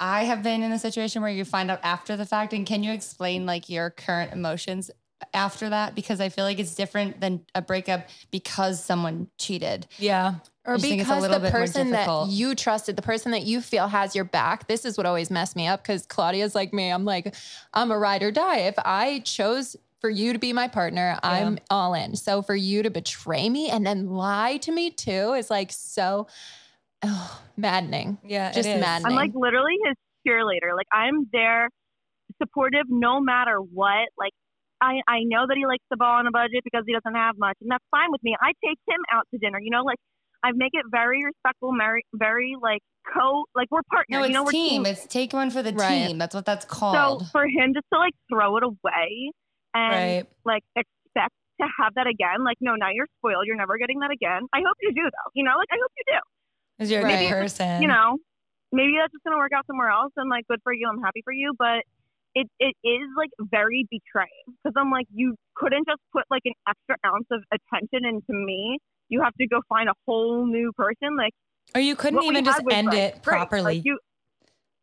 [SPEAKER 2] I have been in a situation where you find out after the fact. And can you explain like your current emotions after that? Because I feel like it's different than a breakup because someone cheated.
[SPEAKER 1] Yeah.
[SPEAKER 3] or
[SPEAKER 2] I just think it's a
[SPEAKER 3] because
[SPEAKER 2] little
[SPEAKER 3] the
[SPEAKER 2] bit more
[SPEAKER 3] person that
[SPEAKER 2] difficult.
[SPEAKER 3] you trusted, the person that you feel has your back, this is what always messed me up because Claudia's like me. I'm like, I'm a ride or die. If I chose for you to be my partner, I'm all in. So for you to betray me and then lie to me too is like so oh, maddening.
[SPEAKER 1] Yeah. it
[SPEAKER 3] Just
[SPEAKER 1] is.
[SPEAKER 3] maddening.
[SPEAKER 4] I'm like literally his cheerleader. Like I'm there, supportive no matter what. Like I I know that he likes the ball on a budget because he doesn't have much, and that's fine with me. I take him out to dinner. You know, like I make it very respectful, very very like co like we're partners.
[SPEAKER 2] No, it's
[SPEAKER 4] you know, we're
[SPEAKER 2] team. It's take one for the
[SPEAKER 3] Right.
[SPEAKER 2] team. That's what that's
[SPEAKER 4] so
[SPEAKER 2] called.
[SPEAKER 4] for him just to like throw it away and
[SPEAKER 1] Right.
[SPEAKER 4] like expect to have that again, like no, now you're spoiled. You're never getting that again. I hope you do though. You know, like I hope you do.
[SPEAKER 1] Because you're a
[SPEAKER 3] Right.
[SPEAKER 1] good person.
[SPEAKER 4] you know, maybe that's just gonna work out somewhere else, and like, good for you. I'm happy for you, but it it is like very betraying because I'm like, you couldn't just put like an extra ounce of attention into me. You have to go find a whole new person. Like,
[SPEAKER 1] Or you couldn't
[SPEAKER 4] what we
[SPEAKER 1] even just
[SPEAKER 4] had was,
[SPEAKER 1] end
[SPEAKER 4] like,
[SPEAKER 1] it
[SPEAKER 4] great. Like,
[SPEAKER 1] properly.
[SPEAKER 4] you-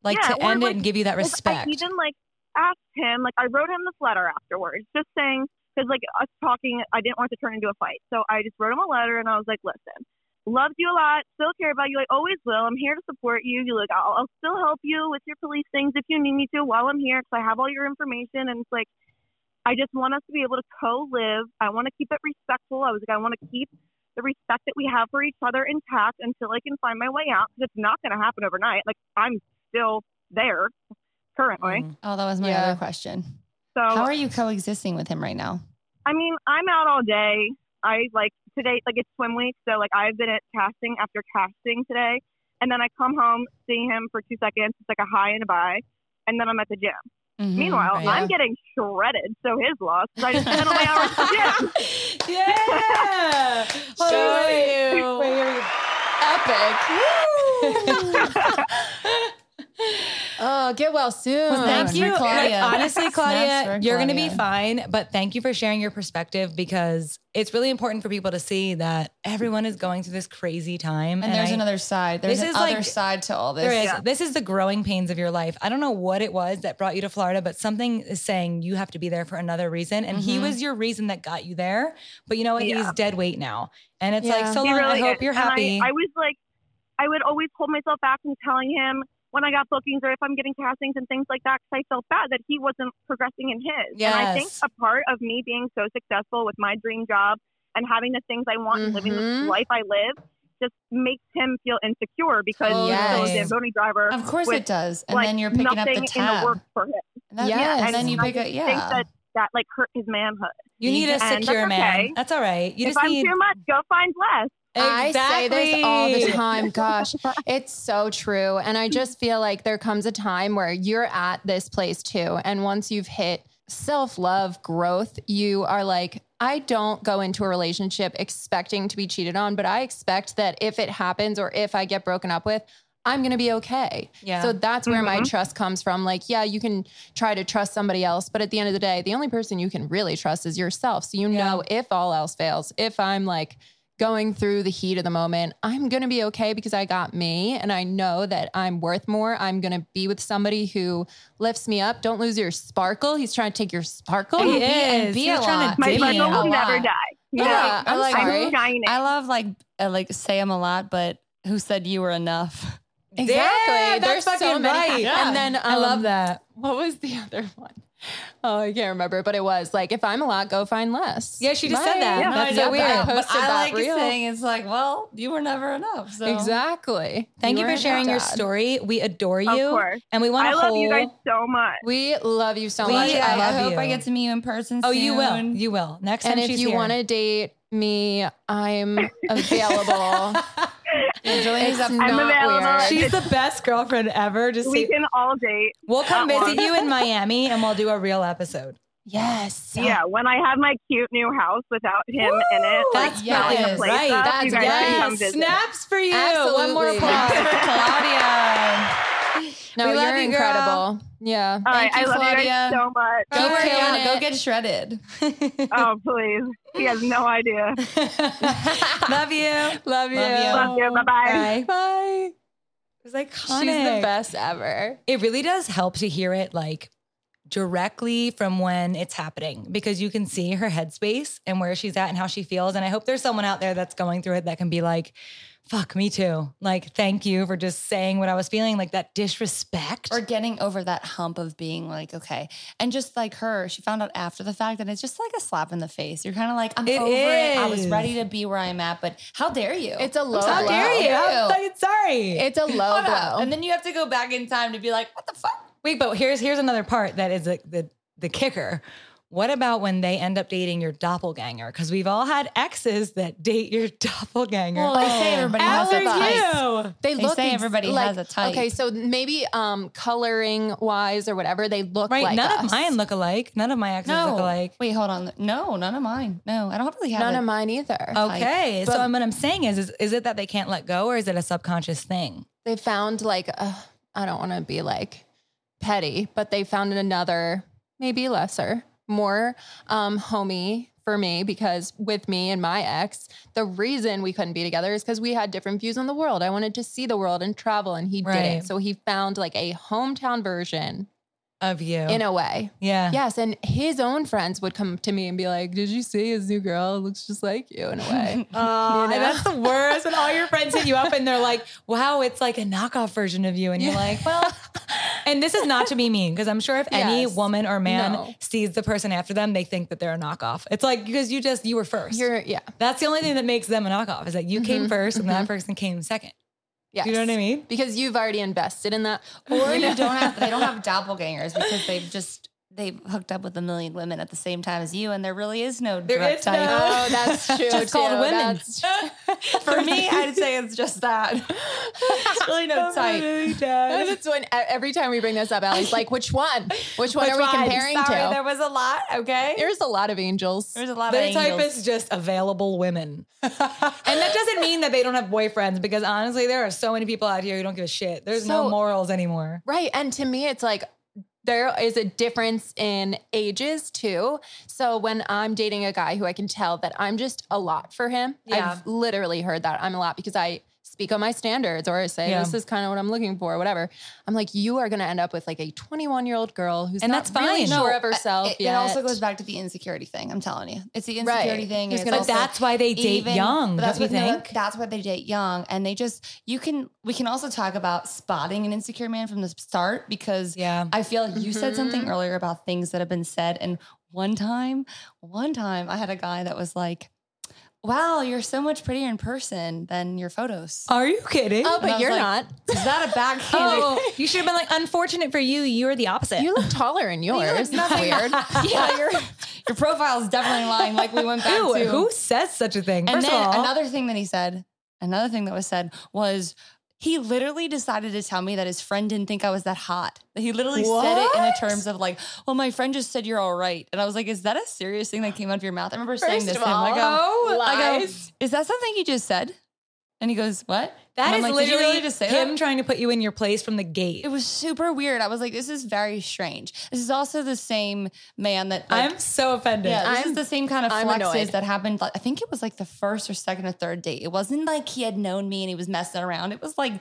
[SPEAKER 1] like
[SPEAKER 4] Yeah,
[SPEAKER 1] to
[SPEAKER 4] or,
[SPEAKER 1] end
[SPEAKER 4] like,
[SPEAKER 1] it and give you that
[SPEAKER 4] if
[SPEAKER 1] respect.
[SPEAKER 4] I even like asked him, like I wrote him this letter afterwards, just saying because like us talking, I didn't want it to turn into a fight, so I just wrote him a letter and I was like, listen. Loved you a lot. Still care about you. I always will. I'm here to support you. You look. I'll, I'll still help you with your police things if you need me to while I'm here because I have all your information. And it's like, I just want us to be able to co-live. I want to keep it respectful. I was like, I want to keep the respect that we have for each other intact until I can find my way out. 'cause it's not going to happen overnight. Like I'm still there currently.
[SPEAKER 1] Mm.
[SPEAKER 2] oh, that was my
[SPEAKER 3] Yeah.
[SPEAKER 2] other question.
[SPEAKER 4] So
[SPEAKER 2] Mm-hmm. How are you coexisting with him right now?
[SPEAKER 4] I mean, I'm out all day. I like today, like it's swim week, so like I've been at casting after casting today, and then I come home, see him for two seconds. It's like a high and a bye, and then I'm at the gym.
[SPEAKER 2] Mhm.
[SPEAKER 4] Meanwhile,
[SPEAKER 1] yeah.
[SPEAKER 4] I'm getting shredded, so his loss. 'cause I just spent all my hours at the gym.
[SPEAKER 1] yeah. Show
[SPEAKER 3] epic. Oh, get well soon.
[SPEAKER 2] Well, thank
[SPEAKER 1] Thank
[SPEAKER 2] Snaps
[SPEAKER 1] you.
[SPEAKER 2] for Claudia.
[SPEAKER 1] Like, honestly,
[SPEAKER 2] Snaps
[SPEAKER 1] Claudia,
[SPEAKER 2] for
[SPEAKER 1] you're going to be
[SPEAKER 2] Claudia.
[SPEAKER 1] fine, but thank you for sharing your perspective because it's really important for people to see that everyone is going through this crazy time.
[SPEAKER 2] And there's
[SPEAKER 1] I-
[SPEAKER 2] another side. There's
[SPEAKER 1] This is
[SPEAKER 2] another
[SPEAKER 1] like-
[SPEAKER 2] side to all this.
[SPEAKER 1] There is. This is the growing pains of your life. I don't know what it was that brought you to Florida, but something is saying you have to be there for another reason. And he
[SPEAKER 2] Mhm.
[SPEAKER 1] was your reason that got you there. But you know what?
[SPEAKER 4] Mm-hmm. Yeah.
[SPEAKER 1] He's dead weight now. And it's
[SPEAKER 3] Yeah.
[SPEAKER 1] like, so
[SPEAKER 4] He
[SPEAKER 1] long. I
[SPEAKER 4] really
[SPEAKER 1] hope
[SPEAKER 4] is.
[SPEAKER 1] you're
[SPEAKER 4] And I-
[SPEAKER 1] happy.
[SPEAKER 4] I, was like, I would always hold myself back from telling him when I got bookings or if I'm getting castings and things like that because I felt bad that he wasn't progressing in his. And I think
[SPEAKER 1] Yes.
[SPEAKER 4] a part of me being so successful with my dream job and having the things I want and living
[SPEAKER 3] Mhm.
[SPEAKER 2] Mm-hmm.
[SPEAKER 4] the life I live just makes him feel insecure because he's
[SPEAKER 2] Totally.
[SPEAKER 4] still a Zamboni driver.
[SPEAKER 2] Oh, Of course
[SPEAKER 4] with,
[SPEAKER 2] it does. And
[SPEAKER 4] like,
[SPEAKER 2] then you're picking up
[SPEAKER 4] nothing
[SPEAKER 2] the
[SPEAKER 4] in the
[SPEAKER 2] tab.
[SPEAKER 4] work for him.
[SPEAKER 2] And that-
[SPEAKER 3] Yes.
[SPEAKER 2] yeah,
[SPEAKER 4] And
[SPEAKER 2] and then you
[SPEAKER 4] I
[SPEAKER 2] pick up,
[SPEAKER 4] I think
[SPEAKER 2] yeah.
[SPEAKER 4] that that like hurt his manhood.
[SPEAKER 1] you need a
[SPEAKER 4] And that's
[SPEAKER 1] secure
[SPEAKER 4] okay.
[SPEAKER 1] man. That's all right. You
[SPEAKER 4] if
[SPEAKER 1] just
[SPEAKER 4] I'm
[SPEAKER 1] need.
[SPEAKER 4] too much, go find less.
[SPEAKER 3] I say this all the
[SPEAKER 1] Exactly.
[SPEAKER 3] time. Gosh, it's so true. And I just feel like there comes a time where you're at this place too. And once you've hit self love growth, you are like, I don't go into a relationship expecting to be cheated on, but I expect that if it happens or if I get broken up with, I'm going to be okay.
[SPEAKER 1] Yeah. Mm-hmm.
[SPEAKER 3] So that's where my
[SPEAKER 4] Mhm.
[SPEAKER 3] trust comes from. Like, yeah, you can try to trust somebody else, but at the end of the day, the only person you can really trust is yourself. So you
[SPEAKER 1] Yeah.
[SPEAKER 3] know if all else fails, if I'm like going through the heat of the moment, I'm going to be okay because I got me and I know that I'm worth more. I'm going to be with somebody who lifts me up. Don't lose your sparkle. He's trying to take your sparkle.
[SPEAKER 1] He
[SPEAKER 2] be- and
[SPEAKER 1] is.
[SPEAKER 2] be
[SPEAKER 1] He's
[SPEAKER 2] a
[SPEAKER 1] trying to
[SPEAKER 2] lot.
[SPEAKER 4] My
[SPEAKER 1] Did
[SPEAKER 2] Be
[SPEAKER 1] he?
[SPEAKER 4] sparkle
[SPEAKER 2] a
[SPEAKER 4] will never
[SPEAKER 2] lot.
[SPEAKER 4] die. You know,
[SPEAKER 3] Yeah,
[SPEAKER 4] like,
[SPEAKER 3] I'm
[SPEAKER 4] I'm
[SPEAKER 3] sorry.
[SPEAKER 4] shining.
[SPEAKER 2] I love like uh, like say I'm a lot, but who said you were enough?
[SPEAKER 1] Yeah, that's
[SPEAKER 3] There's so
[SPEAKER 1] fucking
[SPEAKER 3] many-
[SPEAKER 1] right.
[SPEAKER 3] And then
[SPEAKER 1] I
[SPEAKER 3] um,
[SPEAKER 1] love that.
[SPEAKER 3] What was the other one? Oh, I can't remember, but it was like, if I'm a lot, go find less.
[SPEAKER 1] Yeah, she just said
[SPEAKER 3] Right?
[SPEAKER 1] that.
[SPEAKER 4] Yeah.
[SPEAKER 1] That's so
[SPEAKER 3] I know, but I
[SPEAKER 1] weird.
[SPEAKER 3] posted
[SPEAKER 2] But I
[SPEAKER 3] that
[SPEAKER 2] like
[SPEAKER 3] reel.
[SPEAKER 2] saying it's like, well, you were never enough. So
[SPEAKER 3] Exactly.
[SPEAKER 1] Thank you,
[SPEAKER 3] were
[SPEAKER 1] for sharing your
[SPEAKER 3] dad.
[SPEAKER 1] story. We adore
[SPEAKER 4] Of
[SPEAKER 1] you.
[SPEAKER 4] course.
[SPEAKER 1] And we want
[SPEAKER 4] I
[SPEAKER 1] to
[SPEAKER 4] love
[SPEAKER 1] hold.
[SPEAKER 4] you guys so much.
[SPEAKER 3] We love you so
[SPEAKER 1] We
[SPEAKER 3] much.
[SPEAKER 2] I,
[SPEAKER 1] I
[SPEAKER 2] I
[SPEAKER 1] love
[SPEAKER 2] hope
[SPEAKER 1] you.
[SPEAKER 2] I get to meet you in person.
[SPEAKER 1] oh, you will.
[SPEAKER 2] soon.
[SPEAKER 1] You will. Next
[SPEAKER 3] and
[SPEAKER 1] time
[SPEAKER 3] if
[SPEAKER 1] she's
[SPEAKER 3] you
[SPEAKER 1] here.
[SPEAKER 3] want to date me, I'm available. Angelina's
[SPEAKER 2] I'm
[SPEAKER 3] not
[SPEAKER 4] available.
[SPEAKER 3] weird.
[SPEAKER 1] She's the best girlfriend ever. Just
[SPEAKER 4] We
[SPEAKER 1] see,
[SPEAKER 4] can all date.
[SPEAKER 1] we'll come
[SPEAKER 4] that
[SPEAKER 1] visit you in Miami and we'll do a real episode.
[SPEAKER 3] yes.
[SPEAKER 4] Yeah, when I have my cute new house without him in it, like
[SPEAKER 1] That's
[SPEAKER 4] smelling
[SPEAKER 2] yes,
[SPEAKER 4] the place
[SPEAKER 1] right.
[SPEAKER 4] up,
[SPEAKER 3] That's
[SPEAKER 4] you guys can come
[SPEAKER 3] right.
[SPEAKER 4] visit.
[SPEAKER 1] Snaps for you. One more
[SPEAKER 3] Absolutely.
[SPEAKER 1] applause for
[SPEAKER 2] Claudia.
[SPEAKER 3] No,
[SPEAKER 1] We love
[SPEAKER 3] you're
[SPEAKER 1] you, girl.
[SPEAKER 3] incredible. Yeah.
[SPEAKER 4] All right,
[SPEAKER 2] Thank you,
[SPEAKER 4] I love you
[SPEAKER 2] Claudia.
[SPEAKER 4] guys so much.
[SPEAKER 2] Go
[SPEAKER 3] Keep
[SPEAKER 2] work
[SPEAKER 3] killing
[SPEAKER 2] out. Go
[SPEAKER 3] it.
[SPEAKER 2] get shredded.
[SPEAKER 1] Claudia.
[SPEAKER 4] Oh, please. He has no idea.
[SPEAKER 1] love you.
[SPEAKER 3] Love you.
[SPEAKER 2] you.
[SPEAKER 4] Love you. Bye-bye.
[SPEAKER 1] Bye.
[SPEAKER 3] Bye.
[SPEAKER 1] It was iconic.
[SPEAKER 3] She's the best ever.
[SPEAKER 1] It really does help to hear it like directly from when it's happening because you can see her headspace and where she's at and how she feels. And I hope there's someone out there that's going through it that can be like, fuck me too. Like, thank you for just saying what I was feeling, like that disrespect.
[SPEAKER 2] Or getting over that hump of being like, okay. And just like her, she found out after the fact that it's just like a slap in the face. You're kind of like, I'm
[SPEAKER 1] It
[SPEAKER 2] over it. I was
[SPEAKER 1] is.
[SPEAKER 2] ready to be where I'm at, but how dare you?
[SPEAKER 3] It's a low
[SPEAKER 1] how
[SPEAKER 3] blow.
[SPEAKER 1] dare you? I'm fucking sorry.
[SPEAKER 3] It's a low
[SPEAKER 2] Hold up.
[SPEAKER 3] blow.
[SPEAKER 2] And then you have to go back in time to be like, what the fuck?
[SPEAKER 1] Wait, but here's here's another part that is the the, the kicker. What about when they end up dating your doppelganger? Because we've all had exes that date your doppelganger.
[SPEAKER 2] Well, they say everybody has
[SPEAKER 1] Allergy.
[SPEAKER 2] their type.
[SPEAKER 1] you.
[SPEAKER 3] they
[SPEAKER 2] They
[SPEAKER 3] look
[SPEAKER 2] say
[SPEAKER 3] ex-
[SPEAKER 2] everybody has a type.
[SPEAKER 3] Okay, so maybe um coloring wise or whatever, they look
[SPEAKER 1] Right,
[SPEAKER 3] like
[SPEAKER 1] none
[SPEAKER 3] us.
[SPEAKER 1] of mine look alike. None of my exes
[SPEAKER 2] No.
[SPEAKER 1] look alike.
[SPEAKER 2] Wait, hold on. No, none of mine. No, I don't really have
[SPEAKER 3] None
[SPEAKER 2] a-
[SPEAKER 3] of mine either.
[SPEAKER 1] Okay,
[SPEAKER 3] But-
[SPEAKER 1] so what I'm saying is, is, is it that they can't let go, or is it a subconscious thing?
[SPEAKER 3] They found like uh, I don't want to be like petty, but they found another maybe lesser, more um homey for me because with me and my ex, the reason we couldn't be together is because we had different views on the world. I wanted to see the world and travel, and he
[SPEAKER 1] Right.
[SPEAKER 3] didn't. So he found like a hometown version
[SPEAKER 1] Of you,
[SPEAKER 3] in a way.
[SPEAKER 1] yeah.
[SPEAKER 3] Yes, and his own friends would come to me and be like, "Did you see his new girl? It looks just like you in a way."
[SPEAKER 1] Oh,
[SPEAKER 3] You know?
[SPEAKER 1] that's the worst. When all your friends hit you up and they're like, "Wow, it's like a knockoff version of you," and you're like, "Well," and this is not to be mean because I'm sure if any
[SPEAKER 3] Yes.
[SPEAKER 1] woman or man
[SPEAKER 3] No.
[SPEAKER 1] sees the person after them, they think that they're a knockoff. It's like because you just you were 1st
[SPEAKER 3] You're yeah,
[SPEAKER 1] that's the only thing that makes them a knockoff is that you came 1st and that person came second.
[SPEAKER 3] yes.
[SPEAKER 1] Do you know what I mean?
[SPEAKER 3] Because you've already invested in that.
[SPEAKER 2] or you don't have they don't have doppelgangers because they've just they've hooked up with a million women at the same time as you and there really is no
[SPEAKER 1] There
[SPEAKER 2] direct
[SPEAKER 1] is
[SPEAKER 2] type.
[SPEAKER 1] no-
[SPEAKER 3] Oh, that's true.
[SPEAKER 1] Just called
[SPEAKER 3] too.
[SPEAKER 1] women.
[SPEAKER 3] That's-
[SPEAKER 2] For me, I'd say it's just that. It's really
[SPEAKER 1] Oh,
[SPEAKER 2] no type.
[SPEAKER 3] That's when e- every time we bring this up, Allie's like, "Which one? Which one
[SPEAKER 1] Which
[SPEAKER 3] are we
[SPEAKER 1] one?
[SPEAKER 3] comparing
[SPEAKER 2] Sorry,
[SPEAKER 3] to?"
[SPEAKER 2] there was a lot, okay?
[SPEAKER 3] There's a lot of angels.
[SPEAKER 2] There's a lot
[SPEAKER 1] Their
[SPEAKER 2] of
[SPEAKER 1] type
[SPEAKER 2] angles.
[SPEAKER 1] is just available women. and that doesn't mean that they don't have boyfriends because honestly, there are so many people out here who don't give a shit. There's no
[SPEAKER 3] So-
[SPEAKER 1] morals anymore.
[SPEAKER 3] Right. And to me, it's like there is a difference in ages too. So when I'm dating a guy who I can tell that I'm just a lot for him,
[SPEAKER 1] Yeah.
[SPEAKER 3] I've literally heard that I'm a lot because I speak on my standards or I say,
[SPEAKER 1] Yeah.
[SPEAKER 3] this is kind of what I'm looking for, whatever. I'm like, you are going to end up with like a 21 year old girl who's
[SPEAKER 1] And
[SPEAKER 3] not
[SPEAKER 1] that's
[SPEAKER 3] really
[SPEAKER 1] fine.
[SPEAKER 3] sure
[SPEAKER 1] No,
[SPEAKER 3] of herself.
[SPEAKER 2] uh, It, it
[SPEAKER 3] yet.
[SPEAKER 2] also goes back to the insecurity thing. I'm telling you, it's the
[SPEAKER 3] Right.
[SPEAKER 2] insecurity thing. and
[SPEAKER 3] It's
[SPEAKER 2] it's
[SPEAKER 3] gonna-
[SPEAKER 1] But
[SPEAKER 2] also
[SPEAKER 1] that's why they date
[SPEAKER 2] even-
[SPEAKER 1] young,
[SPEAKER 2] but
[SPEAKER 1] don't you
[SPEAKER 2] what- no,
[SPEAKER 1] think?
[SPEAKER 2] that's why they date young, and they just you can we can also talk about spotting an insecure man from the start because
[SPEAKER 1] Yeah.
[SPEAKER 2] I feel like you said something earlier about things that have been said. And one time, one time I had a guy that was like, wow, you're so much prettier in person than your photos.
[SPEAKER 1] Are you kidding?
[SPEAKER 3] Oh,
[SPEAKER 2] And I
[SPEAKER 3] but
[SPEAKER 2] was
[SPEAKER 3] you're
[SPEAKER 2] like,
[SPEAKER 3] not.
[SPEAKER 2] Is that a backhand?
[SPEAKER 1] Oh, you should have been like, unfortunate for you, you're the
[SPEAKER 2] "Eh."
[SPEAKER 1] opposite.
[SPEAKER 3] You look taller in yours. That's weird.
[SPEAKER 2] yeah, your, your profile is definitely lying like we went back
[SPEAKER 1] who,
[SPEAKER 2] to.
[SPEAKER 1] who says such a thing?
[SPEAKER 2] and
[SPEAKER 1] First
[SPEAKER 2] then
[SPEAKER 1] of all,
[SPEAKER 2] another thing that he said, another thing that was said was he literally decided to tell me that his friend didn't think I was that hot. He literally said it in the terms of like, well, my friend just said you're all right. And I was like, is that a serious thing that came out of your mouth? I remember saying
[SPEAKER 3] First
[SPEAKER 2] this
[SPEAKER 3] of
[SPEAKER 2] to him. I
[SPEAKER 3] all,
[SPEAKER 2] go, I go,
[SPEAKER 3] lies.
[SPEAKER 2] is that something you just said? And he goes, what?
[SPEAKER 1] that
[SPEAKER 2] And I'm
[SPEAKER 1] is
[SPEAKER 2] like, "Did you
[SPEAKER 1] literally
[SPEAKER 2] really just say
[SPEAKER 1] him
[SPEAKER 2] that?"
[SPEAKER 1] trying to put you in your place from the gate.
[SPEAKER 2] It was super weird. I was like, this is very strange. This is also the same man that like,
[SPEAKER 1] I'm so offended.
[SPEAKER 2] yeah, this
[SPEAKER 3] I'm-
[SPEAKER 2] is the same kind of
[SPEAKER 3] I'm annoyed.
[SPEAKER 2] flexes that happened. Like, I think it was like the first or second or third date. It wasn't like he had known me and he was messing around. It was like,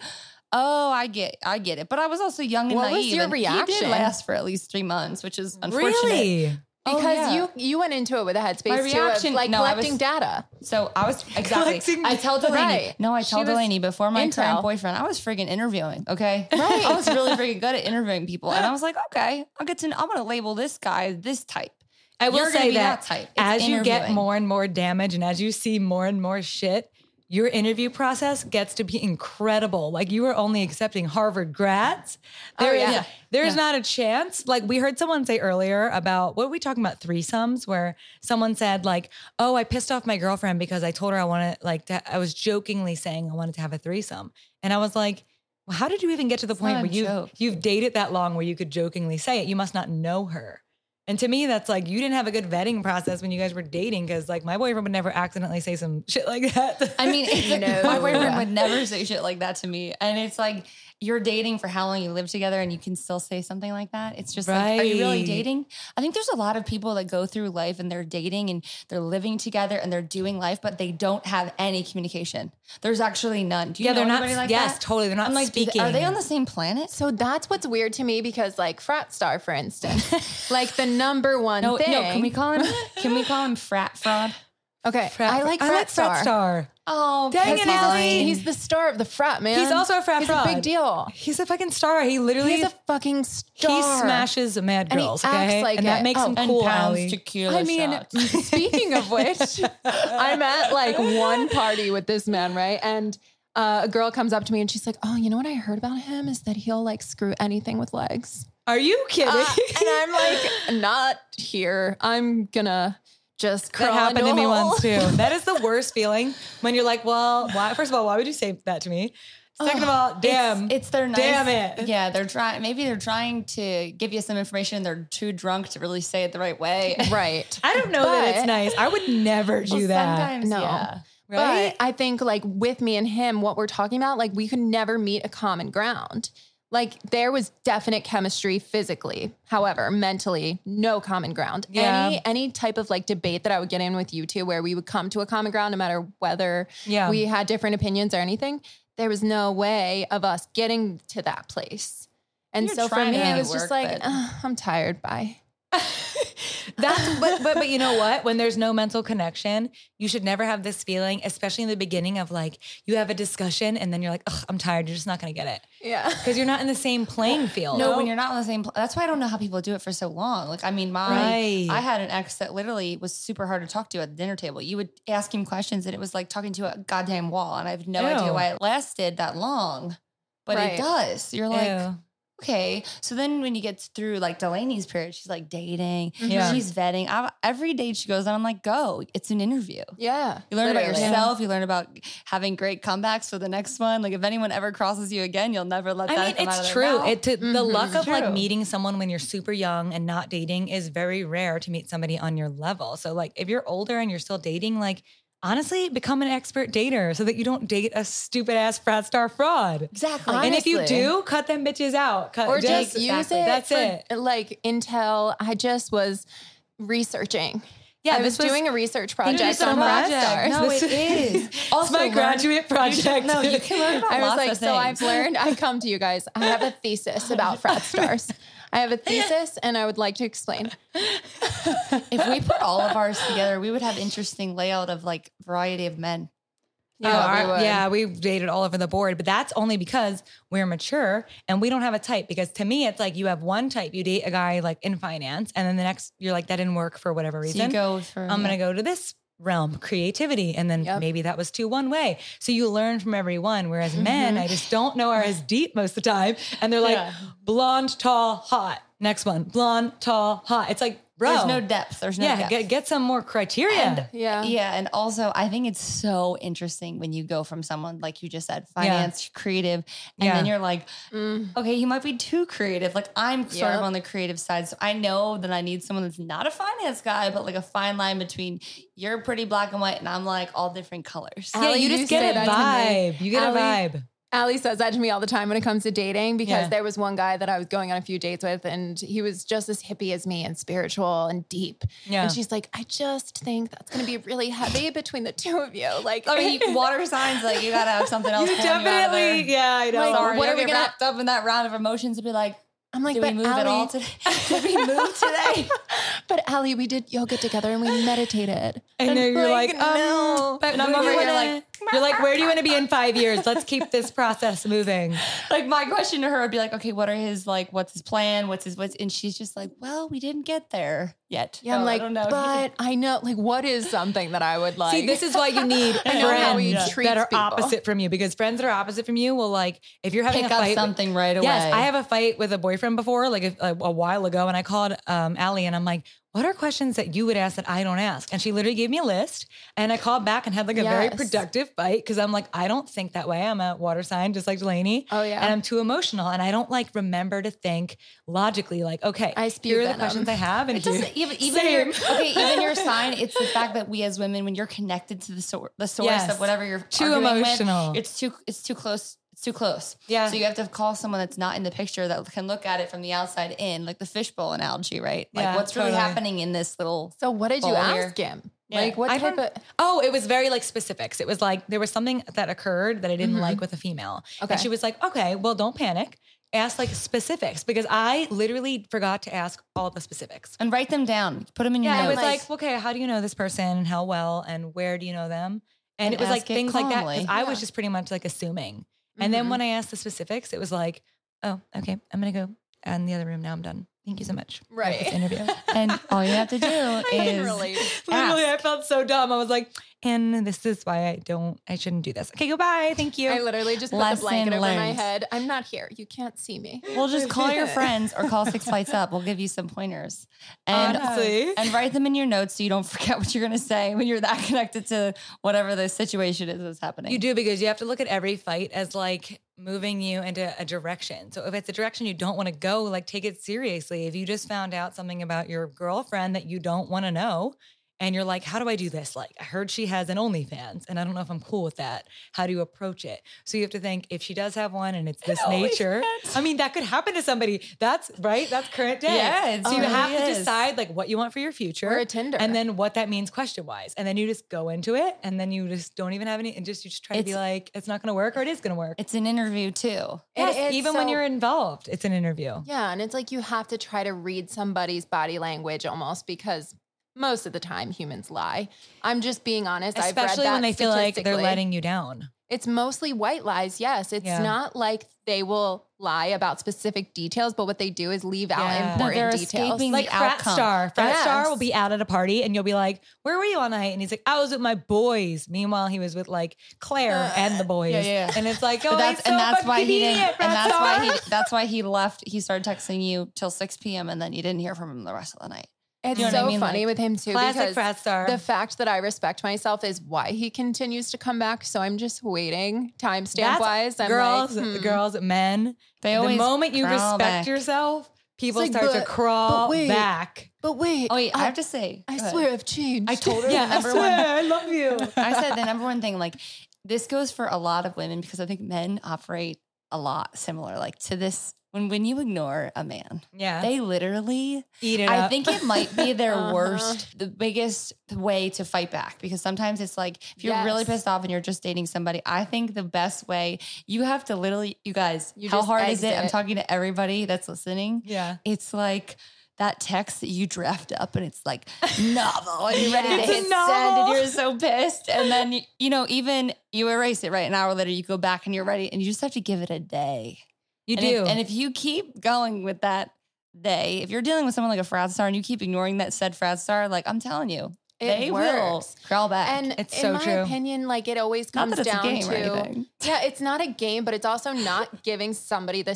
[SPEAKER 2] oh, I get, I get it. But I was also young and
[SPEAKER 3] What was
[SPEAKER 2] naive.
[SPEAKER 3] your
[SPEAKER 2] and He
[SPEAKER 3] reaction?
[SPEAKER 2] did last for at least three months, which is unfortunate.
[SPEAKER 1] really?
[SPEAKER 2] Oh,
[SPEAKER 3] Because
[SPEAKER 2] yeah.
[SPEAKER 3] you you went into it with a headspace
[SPEAKER 2] My
[SPEAKER 3] too
[SPEAKER 2] reaction-
[SPEAKER 3] of like
[SPEAKER 2] no, I
[SPEAKER 3] collecting
[SPEAKER 2] was-
[SPEAKER 3] data.
[SPEAKER 2] So I was exactly.
[SPEAKER 1] Collecting-
[SPEAKER 2] I tell Delaney.
[SPEAKER 3] Right.
[SPEAKER 2] No, I
[SPEAKER 3] She
[SPEAKER 2] tell
[SPEAKER 3] was
[SPEAKER 2] Delaney before my
[SPEAKER 3] intel.
[SPEAKER 2] current boyfriend. I was freaking interviewing. Okay,
[SPEAKER 3] Right.
[SPEAKER 2] I was really freaking good at interviewing people, and I was like, okay, I'll get to. I'm gonna label this guy this type.
[SPEAKER 1] I will
[SPEAKER 2] You're gonna
[SPEAKER 1] say
[SPEAKER 2] be
[SPEAKER 1] that,
[SPEAKER 2] type. It's
[SPEAKER 1] as you get
[SPEAKER 2] interviewing.
[SPEAKER 1] more and more damage and as you see more and more shit, your interview process gets to be incredible. Like you are only accepting Harvard grads.
[SPEAKER 2] Oh,
[SPEAKER 1] There is
[SPEAKER 3] yeah.
[SPEAKER 1] there's not a chance. Like we heard someone say earlier about what were we talking about threesomes where someone said like, "Oh, I pissed off my girlfriend because I told her I wanted like to, I was jokingly saying I wanted to have a threesome." And I was like, well, how did you even get to the point
[SPEAKER 2] not
[SPEAKER 1] where
[SPEAKER 2] a
[SPEAKER 1] you
[SPEAKER 2] joke.
[SPEAKER 1] you've dated that long where you could jokingly say it? You must not know her. And to me, that's like you didn't have a good vetting process when you guys were dating because like my boyfriend would never accidentally say some shit like that.
[SPEAKER 2] I mean, it's like,
[SPEAKER 3] No.
[SPEAKER 2] my boyfriend would never say shit like that to me, and it's like you're dating for how long you live together, and you can still say something like that. It's just like, are you really
[SPEAKER 1] Right.
[SPEAKER 2] dating? I think there's a lot of people that go through life and they're dating and they're living together and they're doing life, but they don't have any communication. There's actually none. Do you
[SPEAKER 1] yeah,
[SPEAKER 2] know
[SPEAKER 1] they're not.
[SPEAKER 2] anybody like
[SPEAKER 1] yes,
[SPEAKER 2] that?
[SPEAKER 1] totally. They're not
[SPEAKER 2] I'm like, do they-
[SPEAKER 1] speaking.
[SPEAKER 2] are they on the same planet?
[SPEAKER 3] So that's what's weird to me because like frat star, for instance, like the number one
[SPEAKER 2] No,
[SPEAKER 3] thing.
[SPEAKER 2] no. Can we call him? Can we call him frat fraud?
[SPEAKER 3] okay,
[SPEAKER 1] Frat-
[SPEAKER 3] I like
[SPEAKER 1] I
[SPEAKER 3] frat
[SPEAKER 1] like
[SPEAKER 3] star.
[SPEAKER 1] Frat Star.
[SPEAKER 2] Oh,
[SPEAKER 1] Dang
[SPEAKER 3] Because
[SPEAKER 1] it,
[SPEAKER 3] he's,
[SPEAKER 1] Emily.
[SPEAKER 3] a- he's the star of the frat, man.
[SPEAKER 1] He's also a frat
[SPEAKER 3] He's
[SPEAKER 1] fraud.
[SPEAKER 3] a big deal.
[SPEAKER 1] He's a fucking star. He literally
[SPEAKER 3] He's a fucking star.
[SPEAKER 1] he smashes mad
[SPEAKER 3] And he
[SPEAKER 1] girls.
[SPEAKER 3] acts
[SPEAKER 1] okay,
[SPEAKER 3] like
[SPEAKER 1] and that
[SPEAKER 3] it.
[SPEAKER 1] makes
[SPEAKER 3] Oh,
[SPEAKER 1] him
[SPEAKER 2] and
[SPEAKER 1] cool.
[SPEAKER 2] pounds
[SPEAKER 1] Allie.
[SPEAKER 2] tequila
[SPEAKER 3] I mean,
[SPEAKER 2] shots.
[SPEAKER 3] speaking of which, I'm at like one party with this man, right? And uh, a girl comes up to me and she's like, "Oh, you know what I heard about him is that he'll like screw anything with legs."
[SPEAKER 1] Are you kidding?
[SPEAKER 3] Uh, and I'm like, "Not here. I'm gonna just crawl
[SPEAKER 1] That happened
[SPEAKER 3] into
[SPEAKER 1] to
[SPEAKER 3] a
[SPEAKER 1] me
[SPEAKER 3] hole."
[SPEAKER 1] once too. That is the worst feeling when you're like, well, why? First of all, why would you say that to me? Second of all, damn,
[SPEAKER 2] It's, it's their nice,
[SPEAKER 1] Damn it.
[SPEAKER 2] Yeah, they're trying. Maybe they're trying to give you some information. They're too drunk to really say it the right way.
[SPEAKER 3] right?
[SPEAKER 1] I don't know that it's
[SPEAKER 3] But-
[SPEAKER 1] nice. I would never do that.
[SPEAKER 2] Sometimes,
[SPEAKER 3] No.
[SPEAKER 2] yeah.
[SPEAKER 1] right?
[SPEAKER 3] But I think like with me and him, what we're talking about, like we could never meet a common ground. Like there was definite chemistry physically. However, mentally, no common ground.
[SPEAKER 1] Yeah.
[SPEAKER 3] Any any type of like debate that I would get in with you two where we would come to a common ground no matter whether
[SPEAKER 1] Yeah.
[SPEAKER 2] Um,
[SPEAKER 3] we had different opinions or anything, there was no way of us getting to that place. And
[SPEAKER 2] You're
[SPEAKER 3] so for
[SPEAKER 2] trying
[SPEAKER 3] me,
[SPEAKER 2] to
[SPEAKER 3] it
[SPEAKER 2] make it
[SPEAKER 3] was
[SPEAKER 2] work,
[SPEAKER 3] just like,
[SPEAKER 2] but-
[SPEAKER 3] "Ugh, I'm tired. Bye.
[SPEAKER 1] That's but but but you know what? When there's no mental connection, you should never have this feeling, especially in the beginning of like you have a discussion and then you're like, Ugh, I'm tired. You're just not gonna get it
[SPEAKER 3] Yeah.
[SPEAKER 1] because you're not in the same playing field.
[SPEAKER 2] No, when you're not on the same. Pl- that's why I don't know how people do it for so long. Like, I mean, my
[SPEAKER 1] Right.
[SPEAKER 2] I had an ex that literally was super hard to talk to at the dinner table. You would ask him questions, and it was like talking to a goddamn wall. And I have no idea
[SPEAKER 1] Ew.
[SPEAKER 2] why it lasted that long, but
[SPEAKER 3] Right.
[SPEAKER 2] it does. You're like,
[SPEAKER 1] Ew.
[SPEAKER 2] okay. So then when you get through like Delaney's period, she's like dating,
[SPEAKER 1] Yeah.
[SPEAKER 2] she's vetting. I, every date she goes on, I'm like, go. It's an interview.
[SPEAKER 3] Yeah.
[SPEAKER 2] You learn about
[SPEAKER 3] Literally.
[SPEAKER 2] yourself. You learn about having great comebacks for the next one. Like if anyone ever crosses you again, you'll never let that.
[SPEAKER 1] I mean,
[SPEAKER 2] come out of
[SPEAKER 1] it's
[SPEAKER 2] their
[SPEAKER 1] true.
[SPEAKER 2] mouth.
[SPEAKER 1] It to, the
[SPEAKER 3] Mhm.
[SPEAKER 1] luck of like
[SPEAKER 2] True.
[SPEAKER 1] meeting someone when you're super young and not dating is very rare to meet somebody on your level. So like if you're older and you're still dating, like honestly, become an expert dater so that you don't date a stupid ass frat star fraud.
[SPEAKER 2] exactly.
[SPEAKER 3] I-
[SPEAKER 1] And if you
[SPEAKER 3] Honestly.
[SPEAKER 1] do, cut them bitches out. Cut,
[SPEAKER 3] or just
[SPEAKER 2] Yes,
[SPEAKER 3] use
[SPEAKER 2] exactly.
[SPEAKER 3] it.
[SPEAKER 1] That's
[SPEAKER 3] for,
[SPEAKER 1] it.
[SPEAKER 3] Like Intel, I just was researching.
[SPEAKER 1] Yeah,
[SPEAKER 3] I was, doing a research project
[SPEAKER 1] you so
[SPEAKER 3] on
[SPEAKER 1] much.
[SPEAKER 3] Rockstar.
[SPEAKER 2] No,
[SPEAKER 1] This-
[SPEAKER 2] it is.
[SPEAKER 1] also my
[SPEAKER 2] learn-
[SPEAKER 1] graduate project.
[SPEAKER 2] No, you can learn about
[SPEAKER 3] I was
[SPEAKER 2] lots
[SPEAKER 3] like,
[SPEAKER 2] of
[SPEAKER 3] so I've
[SPEAKER 2] things.
[SPEAKER 3] learned. I come to you guys. I have a thesis about frat stars. I have a thesis, and I would like to explain.
[SPEAKER 2] If we put all of ours together, we would have interesting layout of like variety of men.
[SPEAKER 1] Oh,
[SPEAKER 3] Yeah, we
[SPEAKER 1] our-
[SPEAKER 3] would.
[SPEAKER 1] yeah, we dated all over the board, but that's only because we're mature and we don't have a type. Because to me, it's like you have one type. You date a guy like in finance, and then the next you're like that didn't work for whatever
[SPEAKER 2] So
[SPEAKER 1] reason.
[SPEAKER 2] you go for
[SPEAKER 1] I'm going to go to this realm, creativity. And then
[SPEAKER 3] Yep.
[SPEAKER 1] maybe that was too one way. So you learn from every one. Whereas
[SPEAKER 2] Mm-hmm.
[SPEAKER 1] men, I just don't know, are as deep most of the time. And they're like
[SPEAKER 2] Yeah.
[SPEAKER 1] blonde, tall, hot. Next one, blonde, tall, hot. It's like, bro.
[SPEAKER 2] There's no depth. There's no
[SPEAKER 1] yeah,
[SPEAKER 2] depth.
[SPEAKER 1] get, get some more criteria.
[SPEAKER 3] Yeah.
[SPEAKER 2] Yeah. And also, I think it's so interesting when you go from someone, like you just said, finance, creative, and
[SPEAKER 1] Yeah.
[SPEAKER 2] then you're like,
[SPEAKER 3] Mm.
[SPEAKER 2] okay, he might be too creative. Like, I'm sort of
[SPEAKER 3] Yep.
[SPEAKER 2] on the creative side. So I know that I need someone that's not a finance guy, but like a fine line between you're pretty black and white, and I'm like all different colors.
[SPEAKER 1] yeah,
[SPEAKER 3] Allie,
[SPEAKER 1] you just
[SPEAKER 3] you
[SPEAKER 1] get
[SPEAKER 3] said
[SPEAKER 1] a
[SPEAKER 3] that to me.
[SPEAKER 1] vibe. You get
[SPEAKER 3] Allie,
[SPEAKER 1] a vibe.
[SPEAKER 3] Ali says that to me all the time when it comes to dating because
[SPEAKER 1] Yeah.
[SPEAKER 3] there was one guy that I was going on a few dates with, and he was just as hippie as me and spiritual and deep.
[SPEAKER 1] Yeah.
[SPEAKER 3] And she's like, I just think that's going to be really heavy between the two of you. Like,
[SPEAKER 2] I mean, water signs, like, you gotta have something else. pulling You out of there.
[SPEAKER 1] yeah, I know.
[SPEAKER 3] Like,
[SPEAKER 2] Sorry,
[SPEAKER 3] what
[SPEAKER 2] what
[SPEAKER 3] are we
[SPEAKER 2] get
[SPEAKER 3] gonna-
[SPEAKER 2] wrapped up in that round of emotions and be like,
[SPEAKER 3] I'm like,
[SPEAKER 2] Did
[SPEAKER 3] but
[SPEAKER 2] we move
[SPEAKER 3] Allie,
[SPEAKER 2] at all today? Did we move today?
[SPEAKER 3] but Allie, we did yoga together and we meditated.
[SPEAKER 1] And then you're like, um,
[SPEAKER 2] no.
[SPEAKER 1] but
[SPEAKER 2] And I'm
[SPEAKER 1] where do
[SPEAKER 2] over
[SPEAKER 1] you
[SPEAKER 2] here
[SPEAKER 1] wanna- you're like, where do you want to be in five years? Let's keep this process moving.
[SPEAKER 2] like my question to her would be like, okay, what are his like, what's his plan? What's his what's and she's just like, well, we didn't get there yet.
[SPEAKER 3] Yeah, I'm
[SPEAKER 2] So I
[SPEAKER 3] like,
[SPEAKER 2] don't know.
[SPEAKER 3] but I know, like, what is something that I would like?
[SPEAKER 1] See, this is why you need
[SPEAKER 3] I know how he
[SPEAKER 1] friends
[SPEAKER 3] treats
[SPEAKER 1] that are
[SPEAKER 3] people.
[SPEAKER 1] opposite from you because friends that are opposite from you will like if you're having
[SPEAKER 2] pick
[SPEAKER 1] a
[SPEAKER 2] up
[SPEAKER 1] fight.
[SPEAKER 2] something right away.
[SPEAKER 1] yes, I have a fight with a boyfriend before, like a, a, a while ago, and I called um, Allie and I'm like, "What are questions that you would ask that I don't ask?" And she literally gave me a list, and I called back and had like a very
[SPEAKER 3] Yes.
[SPEAKER 1] productive fight because I'm like, I don't think that way. I'm a water sign, just like Delaney.
[SPEAKER 3] oh yeah,
[SPEAKER 1] and I'm too emotional and I don't like remember to think logically like okay
[SPEAKER 3] I spew
[SPEAKER 1] here are the
[SPEAKER 3] venom. e,
[SPEAKER 1] questions I have and
[SPEAKER 2] It doesn't even even
[SPEAKER 1] Same.
[SPEAKER 2] your, okay even your sign. It's the fact that we as women, when you're connected to the sor- the source
[SPEAKER 1] Yes.
[SPEAKER 2] of whatever you're
[SPEAKER 1] Too
[SPEAKER 2] arguing with,
[SPEAKER 1] emotional.
[SPEAKER 2] it's too it's too close. It's too close.
[SPEAKER 1] Yeah.
[SPEAKER 2] So you have to call someone that's not in the picture that can look at it from the outside in, like the fishbowl analogy, right? Like
[SPEAKER 1] Yeah,
[SPEAKER 2] what's really
[SPEAKER 1] totally.
[SPEAKER 2] happening in this little
[SPEAKER 3] so what did you
[SPEAKER 2] Full
[SPEAKER 3] ask him?
[SPEAKER 2] Yeah.
[SPEAKER 3] Like, what
[SPEAKER 1] I
[SPEAKER 3] type of?
[SPEAKER 1] oh it was very like specifics it was like there was something that occurred that I didn't
[SPEAKER 3] Mhm.
[SPEAKER 1] like with a female
[SPEAKER 3] Okay,
[SPEAKER 1] and she was like okay well don't panic ask like specifics because I literally forgot to ask all the specifics
[SPEAKER 2] and write them down. Put them in your
[SPEAKER 1] yeah I was
[SPEAKER 2] notes.
[SPEAKER 1] like okay how do you know this person and how well and where do you know them and,
[SPEAKER 2] And
[SPEAKER 1] it Mm-hmm. was like
[SPEAKER 2] ask it
[SPEAKER 1] things like that because
[SPEAKER 2] calmly.
[SPEAKER 1] I
[SPEAKER 3] Yeah.
[SPEAKER 1] was just pretty much like assuming And then
[SPEAKER 3] Mhm.
[SPEAKER 1] when I asked the specifics, it was like, oh, okay, I'm gonna go in the other room now. I'm done. Thank you so much. for
[SPEAKER 3] Right.
[SPEAKER 1] This interview.
[SPEAKER 2] and all you have to do
[SPEAKER 3] I can
[SPEAKER 2] is
[SPEAKER 3] relate.
[SPEAKER 1] Literally, I felt so dumb. I was like, and this is why I don't, I shouldn't do this. Okay, goodbye. Thank you.
[SPEAKER 3] I literally just put the
[SPEAKER 2] Lesson
[SPEAKER 3] blanket over my
[SPEAKER 2] learned.
[SPEAKER 3] head. I'm not here. You can't see me.
[SPEAKER 2] we'll just call your friends or call Six Flights Up. We'll give you some pointers. And
[SPEAKER 1] Honestly.
[SPEAKER 2] and write them in your notes so you don't forget what you're going to say when you're that connected to whatever the situation is that's happening.
[SPEAKER 1] You do because you have to look at every fight as like moving you into a direction. So if it's a direction you don't want to go, like take it seriously. If you just found out something about your girlfriend that you don't want to know, and you're like, how do I do this? Like, I heard she has an OnlyFans, and I don't know if I'm cool with that. How do you approach it? So you have to think if she does have one and it's this nature. I mean, that could happen to somebody. That's right. That's current day.
[SPEAKER 2] Yeah, it
[SPEAKER 1] So you
[SPEAKER 2] really
[SPEAKER 1] have to
[SPEAKER 2] is.
[SPEAKER 1] decide like what you want for your future.
[SPEAKER 3] Oh, Or a Tinder.
[SPEAKER 1] And then what that means question wise. And then you just go into it and then you just don't even have any and just you just try to be
[SPEAKER 2] It's-
[SPEAKER 1] like, it's not gonna work or it is gonna work.
[SPEAKER 2] It's an interview too.
[SPEAKER 3] It
[SPEAKER 1] yes,
[SPEAKER 3] is
[SPEAKER 1] even when
[SPEAKER 3] so-
[SPEAKER 1] you're involved, it's an interview.
[SPEAKER 3] Yeah, and it's like you have to try to read somebody's body language almost because most of the time humans lie. I'm just being honest.
[SPEAKER 1] Especially
[SPEAKER 3] I've read that
[SPEAKER 1] when they feel like they're
[SPEAKER 3] statistically.
[SPEAKER 1] letting you down.
[SPEAKER 3] It's mostly white lies. Yes, it's
[SPEAKER 1] Yeah.
[SPEAKER 3] not like they will lie about specific details, but what they do is leave
[SPEAKER 1] Yeah.
[SPEAKER 3] out
[SPEAKER 1] No,
[SPEAKER 3] important
[SPEAKER 2] they're
[SPEAKER 3] details.
[SPEAKER 2] escaping-
[SPEAKER 1] Like
[SPEAKER 2] the
[SPEAKER 1] frat
[SPEAKER 2] outcome.
[SPEAKER 1] star. Frat star will
[SPEAKER 3] Yes.
[SPEAKER 1] be out at a party and you'll be like, Where were you all night? And he's like, I was with my boys. Meanwhile, he was with like Claire and the boys.
[SPEAKER 2] Uh, yeah.
[SPEAKER 1] And it's like, oh,
[SPEAKER 2] But that's and that's why he didn't and
[SPEAKER 1] didn't,
[SPEAKER 2] that's why he that's why he left. He started texting you till 6 p.m. and then you didn't hear from him the rest of the night.
[SPEAKER 3] It's
[SPEAKER 2] You know what I
[SPEAKER 3] so
[SPEAKER 2] mean?
[SPEAKER 3] funny
[SPEAKER 2] Like,
[SPEAKER 3] with him too
[SPEAKER 1] classic
[SPEAKER 3] because
[SPEAKER 1] frat star.
[SPEAKER 3] the fact that I respect myself is why he continues to come back. So I'm just waiting, timestamp
[SPEAKER 1] That's-
[SPEAKER 3] wise. I'm
[SPEAKER 1] girls,
[SPEAKER 3] like, hmm.
[SPEAKER 1] girls, men.
[SPEAKER 2] They
[SPEAKER 1] the
[SPEAKER 2] always
[SPEAKER 1] moment you
[SPEAKER 2] crawl
[SPEAKER 1] respect
[SPEAKER 2] back.
[SPEAKER 1] yourself, people
[SPEAKER 3] like,
[SPEAKER 1] start to
[SPEAKER 3] but-
[SPEAKER 1] crawl
[SPEAKER 3] wait.
[SPEAKER 1] back.
[SPEAKER 3] But wait,
[SPEAKER 2] Oh wait, I have to say.
[SPEAKER 3] I
[SPEAKER 2] go ahead.
[SPEAKER 3] swear I've changed.
[SPEAKER 2] I told her
[SPEAKER 1] Yeah,
[SPEAKER 2] the
[SPEAKER 1] I
[SPEAKER 2] number
[SPEAKER 1] swear,
[SPEAKER 2] one
[SPEAKER 1] I love you.
[SPEAKER 2] I said the number one thing, like this goes for a lot of women because I think men operate a lot similar, like to this. When when you ignore a man,
[SPEAKER 1] yeah,
[SPEAKER 2] they literally.
[SPEAKER 1] eat it.
[SPEAKER 2] I
[SPEAKER 1] up.
[SPEAKER 2] think it might be their
[SPEAKER 3] Uh-huh.
[SPEAKER 2] worst, the biggest way to fight back because sometimes it's like if you're really
[SPEAKER 3] Yes.
[SPEAKER 2] pissed off and you're just dating somebody. I think the best way you have to literally, you guys,
[SPEAKER 3] You
[SPEAKER 2] how
[SPEAKER 3] just
[SPEAKER 2] hard is it? I'm
[SPEAKER 3] exit.
[SPEAKER 2] talking to everybody that's listening
[SPEAKER 1] yeah.
[SPEAKER 2] it's like that text that you draft up and it's like novel and you're ready
[SPEAKER 1] It's
[SPEAKER 2] to
[SPEAKER 1] a
[SPEAKER 2] hit send and
[SPEAKER 1] novel.
[SPEAKER 2] you're so pissed and then you, you know even you erase it right an hour later you go back and you're ready and you just have to give it a day
[SPEAKER 1] You
[SPEAKER 2] and
[SPEAKER 1] do.
[SPEAKER 2] if, and if you keep going with that day if you're dealing with someone like a frat star and you keep ignoring that said frat star like i'm telling you
[SPEAKER 3] It
[SPEAKER 2] they will
[SPEAKER 3] works.
[SPEAKER 2] crawl back
[SPEAKER 3] And
[SPEAKER 1] It's
[SPEAKER 3] in
[SPEAKER 1] so
[SPEAKER 3] my
[SPEAKER 1] true.
[SPEAKER 3] opinion, like it always
[SPEAKER 2] not
[SPEAKER 3] comes
[SPEAKER 2] that it's
[SPEAKER 3] down
[SPEAKER 2] a game or
[SPEAKER 3] to
[SPEAKER 2] anything
[SPEAKER 3] yeah, it's not a game, but it's also not giving somebody the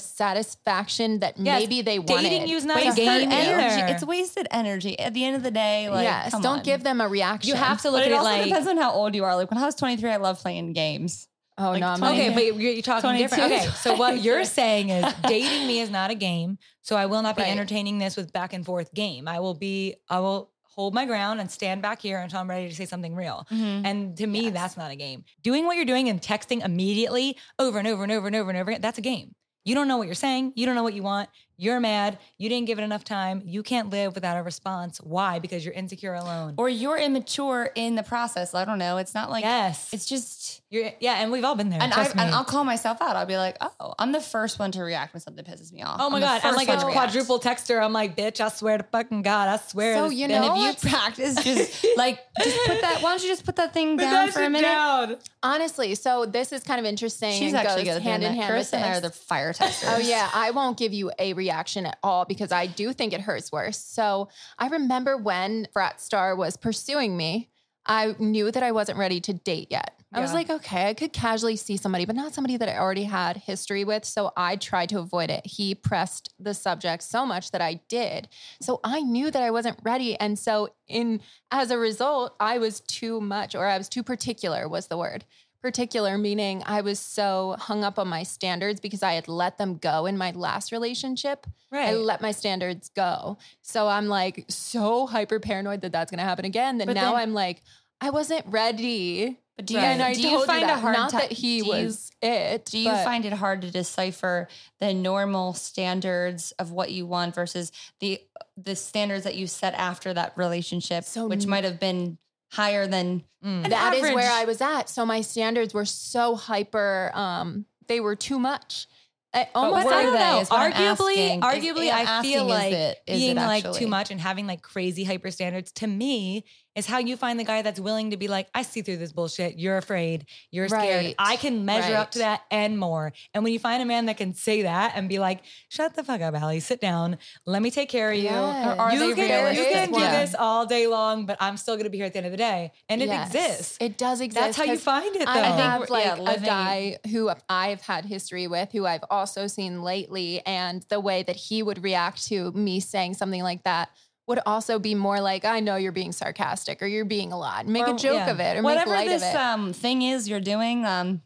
[SPEAKER 3] satisfaction that
[SPEAKER 1] Yes,
[SPEAKER 3] maybe they wanted.
[SPEAKER 1] Dating you's not a
[SPEAKER 2] wasted
[SPEAKER 1] game
[SPEAKER 2] energy
[SPEAKER 1] either.
[SPEAKER 2] it's wasted energy at the end of the day like
[SPEAKER 3] yes,
[SPEAKER 2] come
[SPEAKER 3] don't
[SPEAKER 2] on.
[SPEAKER 3] give them a reaction.
[SPEAKER 1] you have to
[SPEAKER 2] But
[SPEAKER 1] look at
[SPEAKER 2] it
[SPEAKER 1] it
[SPEAKER 2] also
[SPEAKER 1] like
[SPEAKER 2] depends on how old you are. Like when I was 23, I loved playing games.
[SPEAKER 3] Oh
[SPEAKER 2] like
[SPEAKER 3] no, I'm
[SPEAKER 2] twenty-
[SPEAKER 3] like,
[SPEAKER 1] Okay, but you're, you're talking
[SPEAKER 2] 22.
[SPEAKER 1] different. Okay, so what you're
[SPEAKER 2] 22.
[SPEAKER 1] saying is dating me is not a game. So I will not be
[SPEAKER 3] Right.
[SPEAKER 1] entertaining this with back and forth game. I will be. I will hold my ground and stand back here until I'm ready to say something real.
[SPEAKER 2] Mm-hmm.
[SPEAKER 1] And to me,
[SPEAKER 3] Yes.
[SPEAKER 1] that's not a game. Doing what you're doing and texting immediately over and over and over and over and over again, that's a game. You don't know what you're saying. You don't know what you want. You're mad. You didn't give it enough time. You can't live without a response. Why? Because you're insecure alone.
[SPEAKER 2] Or you're immature in the process. I don't know. It's not like
[SPEAKER 1] yes.
[SPEAKER 2] it's just
[SPEAKER 1] You're, yeah, and we've all been there.
[SPEAKER 2] and, I,
[SPEAKER 1] trust
[SPEAKER 2] and
[SPEAKER 1] me.
[SPEAKER 2] I'll call myself out. I'll be like, oh, I'm the first one to react when something pisses me off.
[SPEAKER 1] Oh my
[SPEAKER 2] I'm the
[SPEAKER 1] god! I'm
[SPEAKER 2] first
[SPEAKER 1] like
[SPEAKER 2] one
[SPEAKER 1] a
[SPEAKER 2] to react.
[SPEAKER 1] quadruple texter. I'm like, bitch! I swear to fucking God, I swear.
[SPEAKER 2] So
[SPEAKER 1] this
[SPEAKER 2] you
[SPEAKER 1] bitch-
[SPEAKER 2] know,
[SPEAKER 3] you
[SPEAKER 2] if you practice, just like just put that. Why don't you just put that thing
[SPEAKER 1] Put
[SPEAKER 2] down
[SPEAKER 1] that
[SPEAKER 2] for a
[SPEAKER 1] shit
[SPEAKER 2] minute?
[SPEAKER 1] down.
[SPEAKER 3] Honestly, so this is kind of interesting.
[SPEAKER 2] She's
[SPEAKER 3] and
[SPEAKER 2] actually
[SPEAKER 3] goes
[SPEAKER 2] good at
[SPEAKER 3] hand in hand
[SPEAKER 2] Chris
[SPEAKER 3] with
[SPEAKER 2] and I are
[SPEAKER 3] this.
[SPEAKER 2] the fire testers.
[SPEAKER 3] Oh yeah, I won't give you a reaction at all because I do think it hurts worse. So I remember when Frat Star was pursuing me, I knew that I wasn't ready to date yet. I was
[SPEAKER 1] Yeah.
[SPEAKER 3] like, okay, I could casually see somebody, but not somebody that I already had history with. So I tried to avoid it. He pressed the subject so much that I did. So I knew that I wasn't ready. And so in as a result, I was too much or I was too particular was the word particular, meaning I was so hung up on my standards because I had let them go in my last relationship.
[SPEAKER 1] Right.
[SPEAKER 3] I let my standards go. So I'm like so hyper paranoid that that's going to happen again. That
[SPEAKER 2] But
[SPEAKER 3] now
[SPEAKER 2] then-
[SPEAKER 3] I'm like, I wasn't ready.
[SPEAKER 2] But do you,
[SPEAKER 1] Right.
[SPEAKER 3] And I
[SPEAKER 2] do you
[SPEAKER 3] told
[SPEAKER 2] find
[SPEAKER 3] you that.
[SPEAKER 2] it hard
[SPEAKER 3] Not
[SPEAKER 2] to-
[SPEAKER 3] that he
[SPEAKER 2] do you-
[SPEAKER 3] was it.
[SPEAKER 2] Do you
[SPEAKER 3] but-
[SPEAKER 2] find it hard to decipher the normal standards of what you want versus the the standards that you set after that relationship,
[SPEAKER 3] So
[SPEAKER 2] which
[SPEAKER 3] n-
[SPEAKER 2] might have been higher than
[SPEAKER 1] Mm.
[SPEAKER 3] That is
[SPEAKER 2] average.
[SPEAKER 3] where I was at. So my standards were so hyper. Um, they were too much. I almost
[SPEAKER 2] were
[SPEAKER 3] I
[SPEAKER 1] I
[SPEAKER 3] don't
[SPEAKER 1] don't
[SPEAKER 2] they?
[SPEAKER 1] know.
[SPEAKER 2] is what I'm
[SPEAKER 1] Arguably,
[SPEAKER 2] asking.
[SPEAKER 1] arguably,
[SPEAKER 2] Is- I'm
[SPEAKER 1] I feel
[SPEAKER 2] asking, is
[SPEAKER 1] like
[SPEAKER 2] it- is it
[SPEAKER 1] being like
[SPEAKER 2] actually?
[SPEAKER 1] too much and having like crazy hyper standards to me is how you find the guy that's willing to be like, I see through this bullshit. You're afraid. You're scared.
[SPEAKER 3] Right.
[SPEAKER 1] I can measure up
[SPEAKER 3] Right.
[SPEAKER 1] to that and more. And when you find a man that can say that and be like, shut the fuck up, Allie, sit down. Let me take care of you.
[SPEAKER 3] Yes.
[SPEAKER 2] Or are
[SPEAKER 1] you
[SPEAKER 2] they
[SPEAKER 1] can, you
[SPEAKER 2] realistic?
[SPEAKER 1] can do
[SPEAKER 2] Yeah.
[SPEAKER 1] this all day long, but I'm still going to be here at the end of the day. And it
[SPEAKER 3] Yes.
[SPEAKER 1] exists.
[SPEAKER 3] It does exist.
[SPEAKER 1] That's how you
[SPEAKER 3] 'cause
[SPEAKER 1] find it, though.
[SPEAKER 3] I have
[SPEAKER 2] we're-
[SPEAKER 3] like
[SPEAKER 2] yeah,
[SPEAKER 3] a
[SPEAKER 2] living-
[SPEAKER 3] guy who I've had history with, who I've also seen lately, and the way that he would react to me saying something like that would also be more like, "I know you're being sarcastic, or you're being a lot, make a
[SPEAKER 2] Or-
[SPEAKER 3] joke
[SPEAKER 1] yeah. uh,
[SPEAKER 3] of it, or
[SPEAKER 2] whatever
[SPEAKER 3] make light
[SPEAKER 2] this
[SPEAKER 3] of it."
[SPEAKER 2] um, thing is you're doing. Um,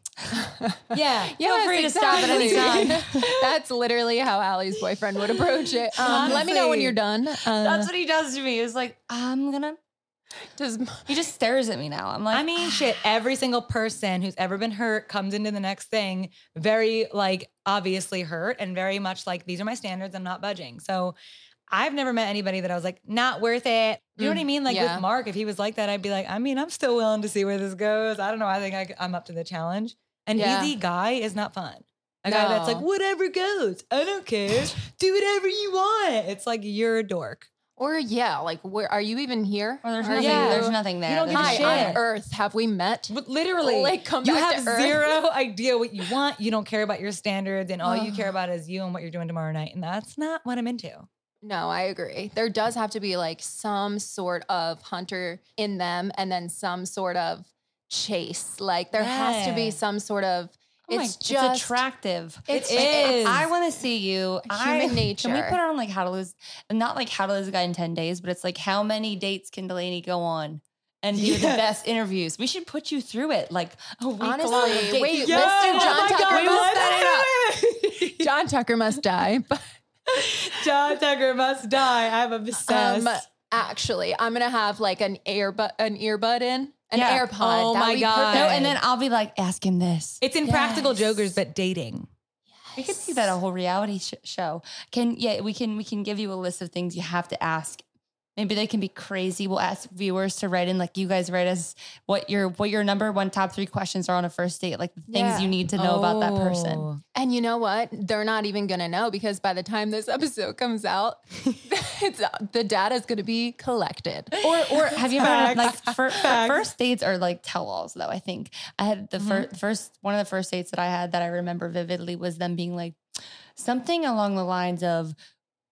[SPEAKER 1] yeah.
[SPEAKER 3] Yes,
[SPEAKER 2] free to stop at any
[SPEAKER 3] exactly. That's literally how Allie's boyfriend would approach it. Um, let me know when
[SPEAKER 1] Honestly.
[SPEAKER 3] you're done. Uh,
[SPEAKER 2] that's what he does to me. It's like I'm gonna.
[SPEAKER 3] does-
[SPEAKER 2] He just stares at me now. I'm like,
[SPEAKER 1] I mean, shit, every single person who's ever been hurt comes into the next thing very, like, obviously hurt and very much like, these are my standards. I'm not budging. So I've never met anybody that I was like, not worth it. You know what I mean? Like
[SPEAKER 3] Mm, yeah.
[SPEAKER 1] with Mark, if he was like that, I'd be like, I mean, I'm still willing to see where this goes. I don't know. I think I, c- I'm up to the challenge. An
[SPEAKER 3] Yeah.
[SPEAKER 1] easy guy is not fun. A guy that's
[SPEAKER 3] No.
[SPEAKER 1] like, whatever goes, I don't care. Do whatever you want. It's like, you're a dork.
[SPEAKER 3] or yeah, like, where are you even here?
[SPEAKER 2] or "Ah, there's
[SPEAKER 3] Are
[SPEAKER 2] nothing.
[SPEAKER 1] Yeah.
[SPEAKER 3] you-
[SPEAKER 2] There's nothing there. oh
[SPEAKER 1] don't
[SPEAKER 2] There's
[SPEAKER 1] give a
[SPEAKER 2] just
[SPEAKER 1] shit.
[SPEAKER 3] Hi,
[SPEAKER 2] nothing.
[SPEAKER 3] on Earth, have we met?
[SPEAKER 1] But literally,
[SPEAKER 3] Like, come
[SPEAKER 1] you
[SPEAKER 3] back
[SPEAKER 1] have
[SPEAKER 3] to earth.
[SPEAKER 1] zero idea what you want. You don't care about your standards, and all you care about is you and what you're doing tomorrow night. And that's not what I'm into.
[SPEAKER 3] No, I agree. There does have to be like some sort of hunter in them and then some sort of chase. Like there has to
[SPEAKER 1] Yeah.
[SPEAKER 3] be some sort of
[SPEAKER 2] Oh my-
[SPEAKER 3] it's just
[SPEAKER 2] it's attractive.
[SPEAKER 3] It's-
[SPEAKER 1] It is.
[SPEAKER 2] I want to see you. I-
[SPEAKER 3] Human
[SPEAKER 2] Can we
[SPEAKER 3] nature.
[SPEAKER 2] put on like how to lose? Not like how to lose a guy in ten days, but it's like how many dates can Delaney go on and do the
[SPEAKER 1] Yes.
[SPEAKER 2] best interviews? We should put you through it like a week long.
[SPEAKER 3] Honestly,
[SPEAKER 2] of dates.
[SPEAKER 3] wait,
[SPEAKER 1] Yo,
[SPEAKER 3] Mr.
[SPEAKER 1] oh
[SPEAKER 3] John
[SPEAKER 1] my
[SPEAKER 3] Tucker
[SPEAKER 1] God,
[SPEAKER 3] must
[SPEAKER 1] what?
[SPEAKER 3] set John Tucker must die. But
[SPEAKER 1] John Tucker must die. I'm obsessed.
[SPEAKER 3] um, actually, I'm gonna have like an earbud an earbud in. An
[SPEAKER 2] Yeah.
[SPEAKER 3] AirPod.
[SPEAKER 1] Oh
[SPEAKER 3] That
[SPEAKER 1] my
[SPEAKER 3] would be
[SPEAKER 1] God.
[SPEAKER 2] No,
[SPEAKER 3] perfect.
[SPEAKER 2] and then I'll be like, ask him this.
[SPEAKER 1] it's impractical
[SPEAKER 3] yes.
[SPEAKER 1] jokers, but dating.
[SPEAKER 2] We could do that a whole reality sh- show. Can yeah, we can we can give you a list of things you have to ask. Maybe they can be crazy. We'll ask viewers to write in like you guys write us what your what your number one top three questions are on a first date, like the things
[SPEAKER 3] Yeah.
[SPEAKER 2] you need to know about that person.
[SPEAKER 1] Oh.
[SPEAKER 3] And you know what? They're not even going to know because by the time this episode comes out, it's, uh, the data is going to be collected.
[SPEAKER 2] Or or have you ever had, like
[SPEAKER 1] Facts.
[SPEAKER 2] fir-
[SPEAKER 1] Facts.
[SPEAKER 2] first dates are like tell alls though? I think I had the
[SPEAKER 1] Mm-hmm.
[SPEAKER 2] fir- first one of the first dates that I had that I remember vividly was them being like something along the lines of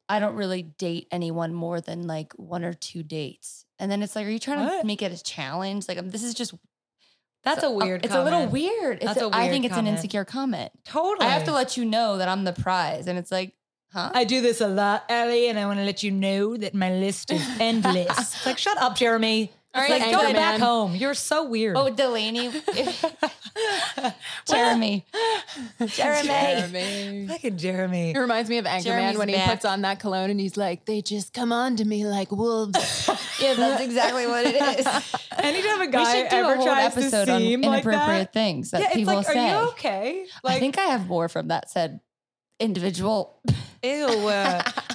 [SPEAKER 2] I don't really date anyone more than like one or two dates, and then it's like, are you trying
[SPEAKER 1] What?
[SPEAKER 2] to make it a challenge? Like um, this is just
[SPEAKER 1] That's a weird.
[SPEAKER 2] It's a little
[SPEAKER 1] comment.
[SPEAKER 2] weird. It's
[SPEAKER 1] That's
[SPEAKER 2] a-
[SPEAKER 1] a
[SPEAKER 2] I
[SPEAKER 1] weird
[SPEAKER 2] think it's an
[SPEAKER 1] comment.
[SPEAKER 2] insecure comment.
[SPEAKER 1] Totally.
[SPEAKER 2] I have to let you know that I'm the prize, and it's like, huh?
[SPEAKER 1] I do this a lot, Ellie, and I want to let you know that my list is endless. it's like, shut up, Jeremy.
[SPEAKER 3] All
[SPEAKER 1] It's
[SPEAKER 3] right,
[SPEAKER 1] like, go
[SPEAKER 3] Anchorman.
[SPEAKER 1] back home. You're so weird.
[SPEAKER 2] oh, Delaney, Oh, Jeremy, Jeremy.
[SPEAKER 3] Jeremy.
[SPEAKER 1] fucking Jeremy.
[SPEAKER 3] It reminds me of Anchorman
[SPEAKER 2] Jeremy's
[SPEAKER 3] when he
[SPEAKER 2] back.
[SPEAKER 3] puts on that cologne and he's like, they just come on to me like wolves.
[SPEAKER 2] Yeah, that's exactly what it is.
[SPEAKER 1] Anytime a
[SPEAKER 2] We
[SPEAKER 1] guy
[SPEAKER 2] should do
[SPEAKER 1] ever
[SPEAKER 2] a whole
[SPEAKER 1] tries to
[SPEAKER 2] episode on
[SPEAKER 1] seem
[SPEAKER 2] inappropriate
[SPEAKER 1] like that,
[SPEAKER 2] things that
[SPEAKER 1] yeah, it's
[SPEAKER 2] people
[SPEAKER 1] like,
[SPEAKER 2] say.
[SPEAKER 1] are you okay? Like,
[SPEAKER 2] I think I have more from that said individual.
[SPEAKER 1] Ew.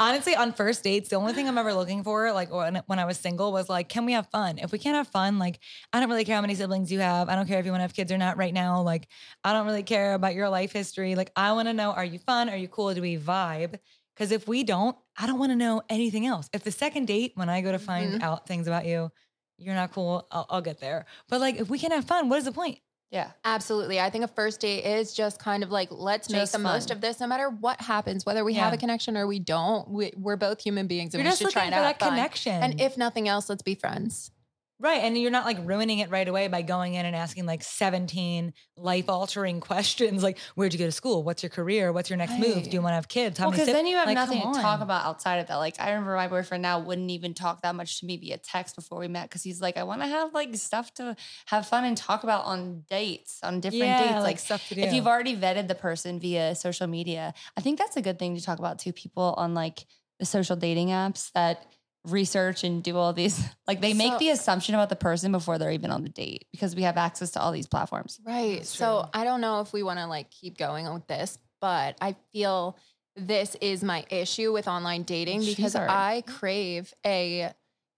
[SPEAKER 1] Honestly, on first dates, the only thing I'm ever looking for, like when, when I was single, was like, can we have fun? If we can't have fun, like, I don't really care how many siblings you have. I don't care if you want to have kids or not right now. Like, I don't really care about your life history. Like, I want to know, are you fun? Are you cool? Do we vibe? Because if we don't, I don't want to know anything else. If the second date, when I go to find
[SPEAKER 3] Mm-hmm.
[SPEAKER 1] out things about you, you're not cool, I'll, I'll get there. But like, if we can't have fun, what is the point?
[SPEAKER 2] Yeah.
[SPEAKER 3] Absolutely. I think a first date is just kind of like, let's make
[SPEAKER 2] Just
[SPEAKER 3] the most
[SPEAKER 2] fun.
[SPEAKER 3] of this no matter what happens, whether we have
[SPEAKER 1] Yeah.
[SPEAKER 3] a connection or we don't. We, we're both human beings and
[SPEAKER 1] You're
[SPEAKER 3] we
[SPEAKER 1] just
[SPEAKER 3] should
[SPEAKER 1] looking
[SPEAKER 3] try
[SPEAKER 1] for
[SPEAKER 3] to have
[SPEAKER 1] that
[SPEAKER 3] fun.
[SPEAKER 1] connection.
[SPEAKER 3] And if nothing else, let's be friends.
[SPEAKER 1] Right. And you're not like ruining it right away by going in and asking like 17 life altering questions like, where'd you go to school? What's your career? What's your next move? Do
[SPEAKER 3] Right.
[SPEAKER 1] you want to have kids? How
[SPEAKER 2] Well,
[SPEAKER 1] many
[SPEAKER 2] because
[SPEAKER 1] sib-
[SPEAKER 2] then you have
[SPEAKER 1] like,
[SPEAKER 2] nothing to
[SPEAKER 1] come
[SPEAKER 2] talk
[SPEAKER 1] on.
[SPEAKER 2] about outside of that. Like I remember my boyfriend now wouldn't even talk that much to me via text before we met because he's like, I want to have like stuff to have fun and talk about on dates, on different
[SPEAKER 1] Yeah,
[SPEAKER 2] dates.
[SPEAKER 1] like,
[SPEAKER 2] Like,
[SPEAKER 1] stuff to do.
[SPEAKER 2] if you've already vetted the person via social media, I think that's a good thing to talk about to people on like the social dating apps that research and do all these. Like they make
[SPEAKER 3] So-
[SPEAKER 2] the assumption about the person before they're even on the date because we have access to all these platforms.
[SPEAKER 3] Right.
[SPEAKER 1] That's
[SPEAKER 3] so
[SPEAKER 1] true.
[SPEAKER 3] I don't know if we want to like keep going with this, but I feel this is my issue with online dating
[SPEAKER 2] She's
[SPEAKER 3] because
[SPEAKER 2] already-
[SPEAKER 3] I crave a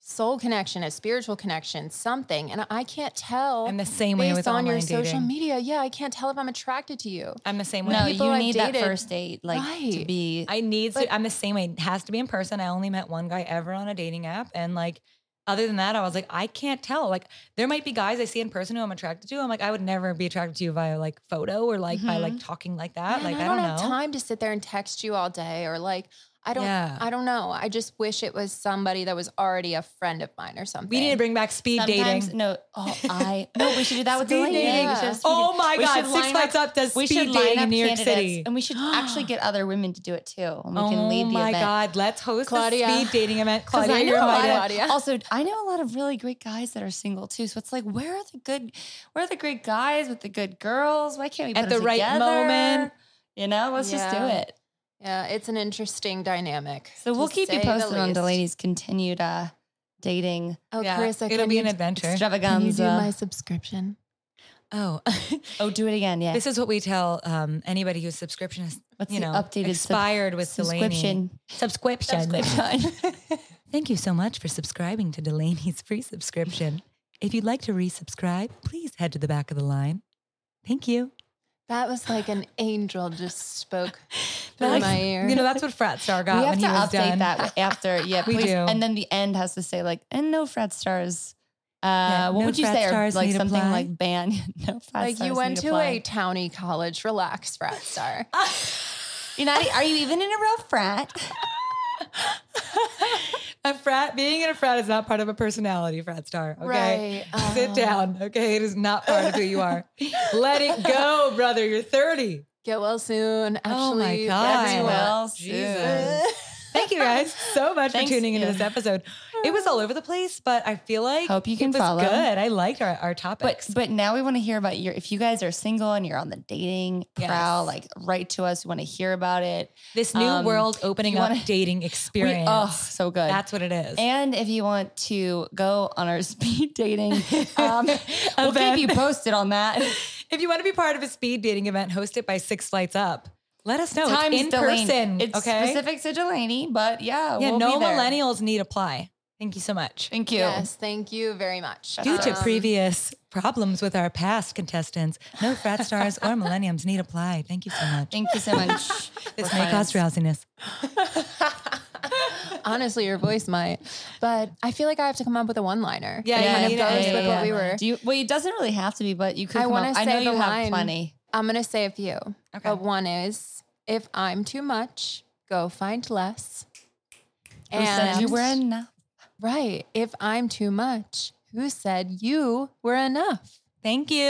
[SPEAKER 3] soul connection, a spiritual connection, something, and I can't tell
[SPEAKER 1] I'm the same way with
[SPEAKER 3] based on
[SPEAKER 1] online
[SPEAKER 3] your
[SPEAKER 1] dating.
[SPEAKER 3] social media. Yeah, I can't tell if I'm attracted to you.
[SPEAKER 1] I'm the same way.
[SPEAKER 2] No,
[SPEAKER 3] people
[SPEAKER 2] you
[SPEAKER 3] I've
[SPEAKER 2] need that
[SPEAKER 3] dated-
[SPEAKER 2] first date like to
[SPEAKER 3] Right.
[SPEAKER 2] be.
[SPEAKER 1] I need
[SPEAKER 3] But-
[SPEAKER 1] to. I'm the same way. It has to be in person. I only met one guy ever on a dating app, and like, other than that, I was like, I can't tell. Like, there might be guys I see in person who I'm attracted to. I'm like, I would never be attracted to you via like photo or like by like talking like that.
[SPEAKER 3] Man,
[SPEAKER 1] like,
[SPEAKER 3] I,
[SPEAKER 1] I
[SPEAKER 3] don't,
[SPEAKER 1] don't,
[SPEAKER 3] have
[SPEAKER 1] know.
[SPEAKER 3] time to sit there and text you all day or like I don't
[SPEAKER 1] Yeah.
[SPEAKER 3] I don't know. I just wish it was somebody that was already a friend of mine or something.
[SPEAKER 1] We need to bring back speed
[SPEAKER 2] Sometimes,
[SPEAKER 1] dating.
[SPEAKER 2] no, oh, I no. We should do that with
[SPEAKER 1] Speed
[SPEAKER 2] Delaney.
[SPEAKER 1] dating.
[SPEAKER 2] We should have speed
[SPEAKER 1] Oh
[SPEAKER 2] dating.
[SPEAKER 1] my
[SPEAKER 2] We
[SPEAKER 1] God,
[SPEAKER 2] should
[SPEAKER 1] Six
[SPEAKER 2] line
[SPEAKER 1] Flights Up does
[SPEAKER 2] we
[SPEAKER 1] speed
[SPEAKER 2] should line
[SPEAKER 1] dating in
[SPEAKER 2] up
[SPEAKER 1] New York
[SPEAKER 2] candidates,
[SPEAKER 1] City.
[SPEAKER 2] and we should actually get other women to do it too, and we can
[SPEAKER 1] oh
[SPEAKER 2] lead the
[SPEAKER 1] my
[SPEAKER 2] event.
[SPEAKER 1] God, let's host
[SPEAKER 3] Claudia.
[SPEAKER 1] a speed dating event.
[SPEAKER 2] 'Cause
[SPEAKER 1] Claudia,
[SPEAKER 2] I
[SPEAKER 1] you're
[SPEAKER 2] know a lot
[SPEAKER 1] invited.
[SPEAKER 2] of-
[SPEAKER 3] Claudia.
[SPEAKER 2] Also, I know a lot of really great guys that are single too. So it's like, where are the good, where are the great guys with the good girls? Why can't we
[SPEAKER 1] At
[SPEAKER 2] put
[SPEAKER 1] the
[SPEAKER 2] them
[SPEAKER 1] right
[SPEAKER 2] together?
[SPEAKER 1] moment.
[SPEAKER 2] You know, let's just do
[SPEAKER 3] Yeah.
[SPEAKER 2] it.
[SPEAKER 3] Yeah, it's an interesting dynamic.
[SPEAKER 2] So we'll
[SPEAKER 3] to
[SPEAKER 2] keep you
[SPEAKER 3] say the
[SPEAKER 2] posted on
[SPEAKER 3] least.
[SPEAKER 2] Delaney's continued uh, dating
[SPEAKER 3] Oh,
[SPEAKER 1] Yeah,
[SPEAKER 3] Chris, I
[SPEAKER 1] it'll
[SPEAKER 3] can
[SPEAKER 1] be
[SPEAKER 3] you,
[SPEAKER 1] an adventure.
[SPEAKER 3] can you do my
[SPEAKER 2] extravaganza.
[SPEAKER 3] subscription?
[SPEAKER 1] Oh,
[SPEAKER 2] Oh, do it again. Yeah.
[SPEAKER 1] this is what we tell um, anybody who's subscription is,
[SPEAKER 2] What's
[SPEAKER 1] you
[SPEAKER 2] the
[SPEAKER 1] know,
[SPEAKER 2] updated sub-
[SPEAKER 1] expired with Delaney.
[SPEAKER 2] subscription?
[SPEAKER 1] Subscription.
[SPEAKER 2] Subscription.
[SPEAKER 1] Thank you so much for subscribing to Delaney's free subscription. If you'd like to resubscribe, please head to the back of the line. Thank you.
[SPEAKER 3] That was like an angel just spoke through
[SPEAKER 1] That's-
[SPEAKER 3] my ear.
[SPEAKER 1] You know, that's what Frat Star got
[SPEAKER 2] we have
[SPEAKER 1] when
[SPEAKER 2] to
[SPEAKER 1] he was
[SPEAKER 2] update
[SPEAKER 1] done.
[SPEAKER 2] that after. Yeah,
[SPEAKER 1] We
[SPEAKER 2] please.
[SPEAKER 1] do.
[SPEAKER 2] And then the end has to say like, and no frat stars. Uh,
[SPEAKER 1] Yeah,
[SPEAKER 2] what
[SPEAKER 1] no
[SPEAKER 2] would you
[SPEAKER 1] frat
[SPEAKER 2] say? Or
[SPEAKER 1] stars
[SPEAKER 2] like
[SPEAKER 1] need to
[SPEAKER 2] something
[SPEAKER 1] apply.
[SPEAKER 2] like ban. no frat
[SPEAKER 3] like
[SPEAKER 2] stars
[SPEAKER 3] you went
[SPEAKER 2] need
[SPEAKER 3] to
[SPEAKER 2] apply.
[SPEAKER 3] a towny college. Relax, frat star.
[SPEAKER 2] You're not. e-, Are you even in a real frat?
[SPEAKER 1] a frat being in a frat is not part of a personality, Frat Star. Okay.
[SPEAKER 3] Right.
[SPEAKER 2] Uh-huh.
[SPEAKER 1] Sit down. Okay. It is not part of who you are. Let it go, brother. You're 30.
[SPEAKER 3] Get well soon. Actually,
[SPEAKER 1] Oh my God.
[SPEAKER 3] that's
[SPEAKER 1] Get
[SPEAKER 3] what-
[SPEAKER 2] well
[SPEAKER 1] Jesus. Thank you guys so much
[SPEAKER 2] Thanks,
[SPEAKER 1] for tuning into
[SPEAKER 2] yeah.
[SPEAKER 1] this episode. It was all over the place, but I feel like
[SPEAKER 2] Hope you can
[SPEAKER 1] it was
[SPEAKER 2] follow.
[SPEAKER 1] good. I liked our, our
[SPEAKER 2] But
[SPEAKER 1] topics.
[SPEAKER 2] but now we want to hear about your. If you guys are single and you're on the dating
[SPEAKER 1] Yes.
[SPEAKER 2] prowl, like write to us. We want to hear about it.
[SPEAKER 1] this new
[SPEAKER 2] um,
[SPEAKER 1] world opening
[SPEAKER 2] you
[SPEAKER 1] up
[SPEAKER 2] wanna-
[SPEAKER 1] dating
[SPEAKER 2] We-
[SPEAKER 1] experience.
[SPEAKER 2] oh, so good.
[SPEAKER 1] That's what it is.
[SPEAKER 2] And if you want to go on our speed dating, um, we'll keep
[SPEAKER 1] Event.
[SPEAKER 2] you posted on that.
[SPEAKER 1] if you want to be part of a speed dating event hosted by Six Flights Up, let us know.
[SPEAKER 2] Times
[SPEAKER 1] it's in
[SPEAKER 2] Delaney.
[SPEAKER 1] person.
[SPEAKER 2] It's
[SPEAKER 1] okay.
[SPEAKER 2] specific to Delaney, but yeah,
[SPEAKER 1] yeah,
[SPEAKER 2] we'll
[SPEAKER 1] no
[SPEAKER 2] be there.
[SPEAKER 1] millennials need apply. Thank you so much.
[SPEAKER 2] Thank you.
[SPEAKER 3] Yes, thank you very much.
[SPEAKER 1] Due to
[SPEAKER 3] Um,
[SPEAKER 1] previous problems with our past contestants, no frat stars or millenniums need apply. Thank you so much.
[SPEAKER 2] Thank you so much.
[SPEAKER 1] this
[SPEAKER 2] for
[SPEAKER 1] may cause
[SPEAKER 2] finance.
[SPEAKER 1] drowsiness.
[SPEAKER 3] honestly, your voice might, but I feel like I have to come up with a one-liner.
[SPEAKER 1] Yeah,
[SPEAKER 3] it
[SPEAKER 2] yeah,
[SPEAKER 3] kind of
[SPEAKER 2] yeah,
[SPEAKER 3] goes
[SPEAKER 2] yeah,
[SPEAKER 3] with
[SPEAKER 2] yeah.
[SPEAKER 3] what we were.
[SPEAKER 2] Do you, well, it doesn't really have to be, but you could.
[SPEAKER 3] I
[SPEAKER 2] come
[SPEAKER 3] wanna
[SPEAKER 2] up- I
[SPEAKER 3] say
[SPEAKER 2] know you
[SPEAKER 3] the
[SPEAKER 2] have
[SPEAKER 3] line.
[SPEAKER 2] plenty.
[SPEAKER 3] I'm gonna say a few.
[SPEAKER 1] Okay.
[SPEAKER 3] But one is if I'm too much, go find less.
[SPEAKER 2] Who said you
[SPEAKER 3] And-
[SPEAKER 2] were enough?
[SPEAKER 3] right. If I'm too much, who said you were enough?
[SPEAKER 1] Thank you.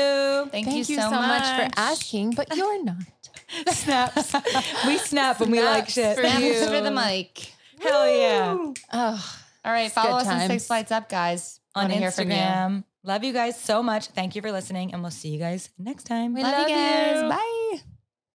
[SPEAKER 2] Thank,
[SPEAKER 3] Thank you so much. for asking, but you're not.
[SPEAKER 1] snaps. We snap when we like shit.
[SPEAKER 3] for
[SPEAKER 1] Thank
[SPEAKER 2] Snaps
[SPEAKER 3] you.
[SPEAKER 2] for the mic.
[SPEAKER 1] Hell yeah.
[SPEAKER 3] Oh,
[SPEAKER 2] All right, follow us
[SPEAKER 3] good
[SPEAKER 2] on Six
[SPEAKER 3] times.
[SPEAKER 2] Flights Up, guys.
[SPEAKER 1] On
[SPEAKER 2] Wanna hear from you.
[SPEAKER 1] Instagram. Love you guys so much. Thank you for listening, and we'll see you guys next time.
[SPEAKER 3] we
[SPEAKER 2] Love you guys. Bye.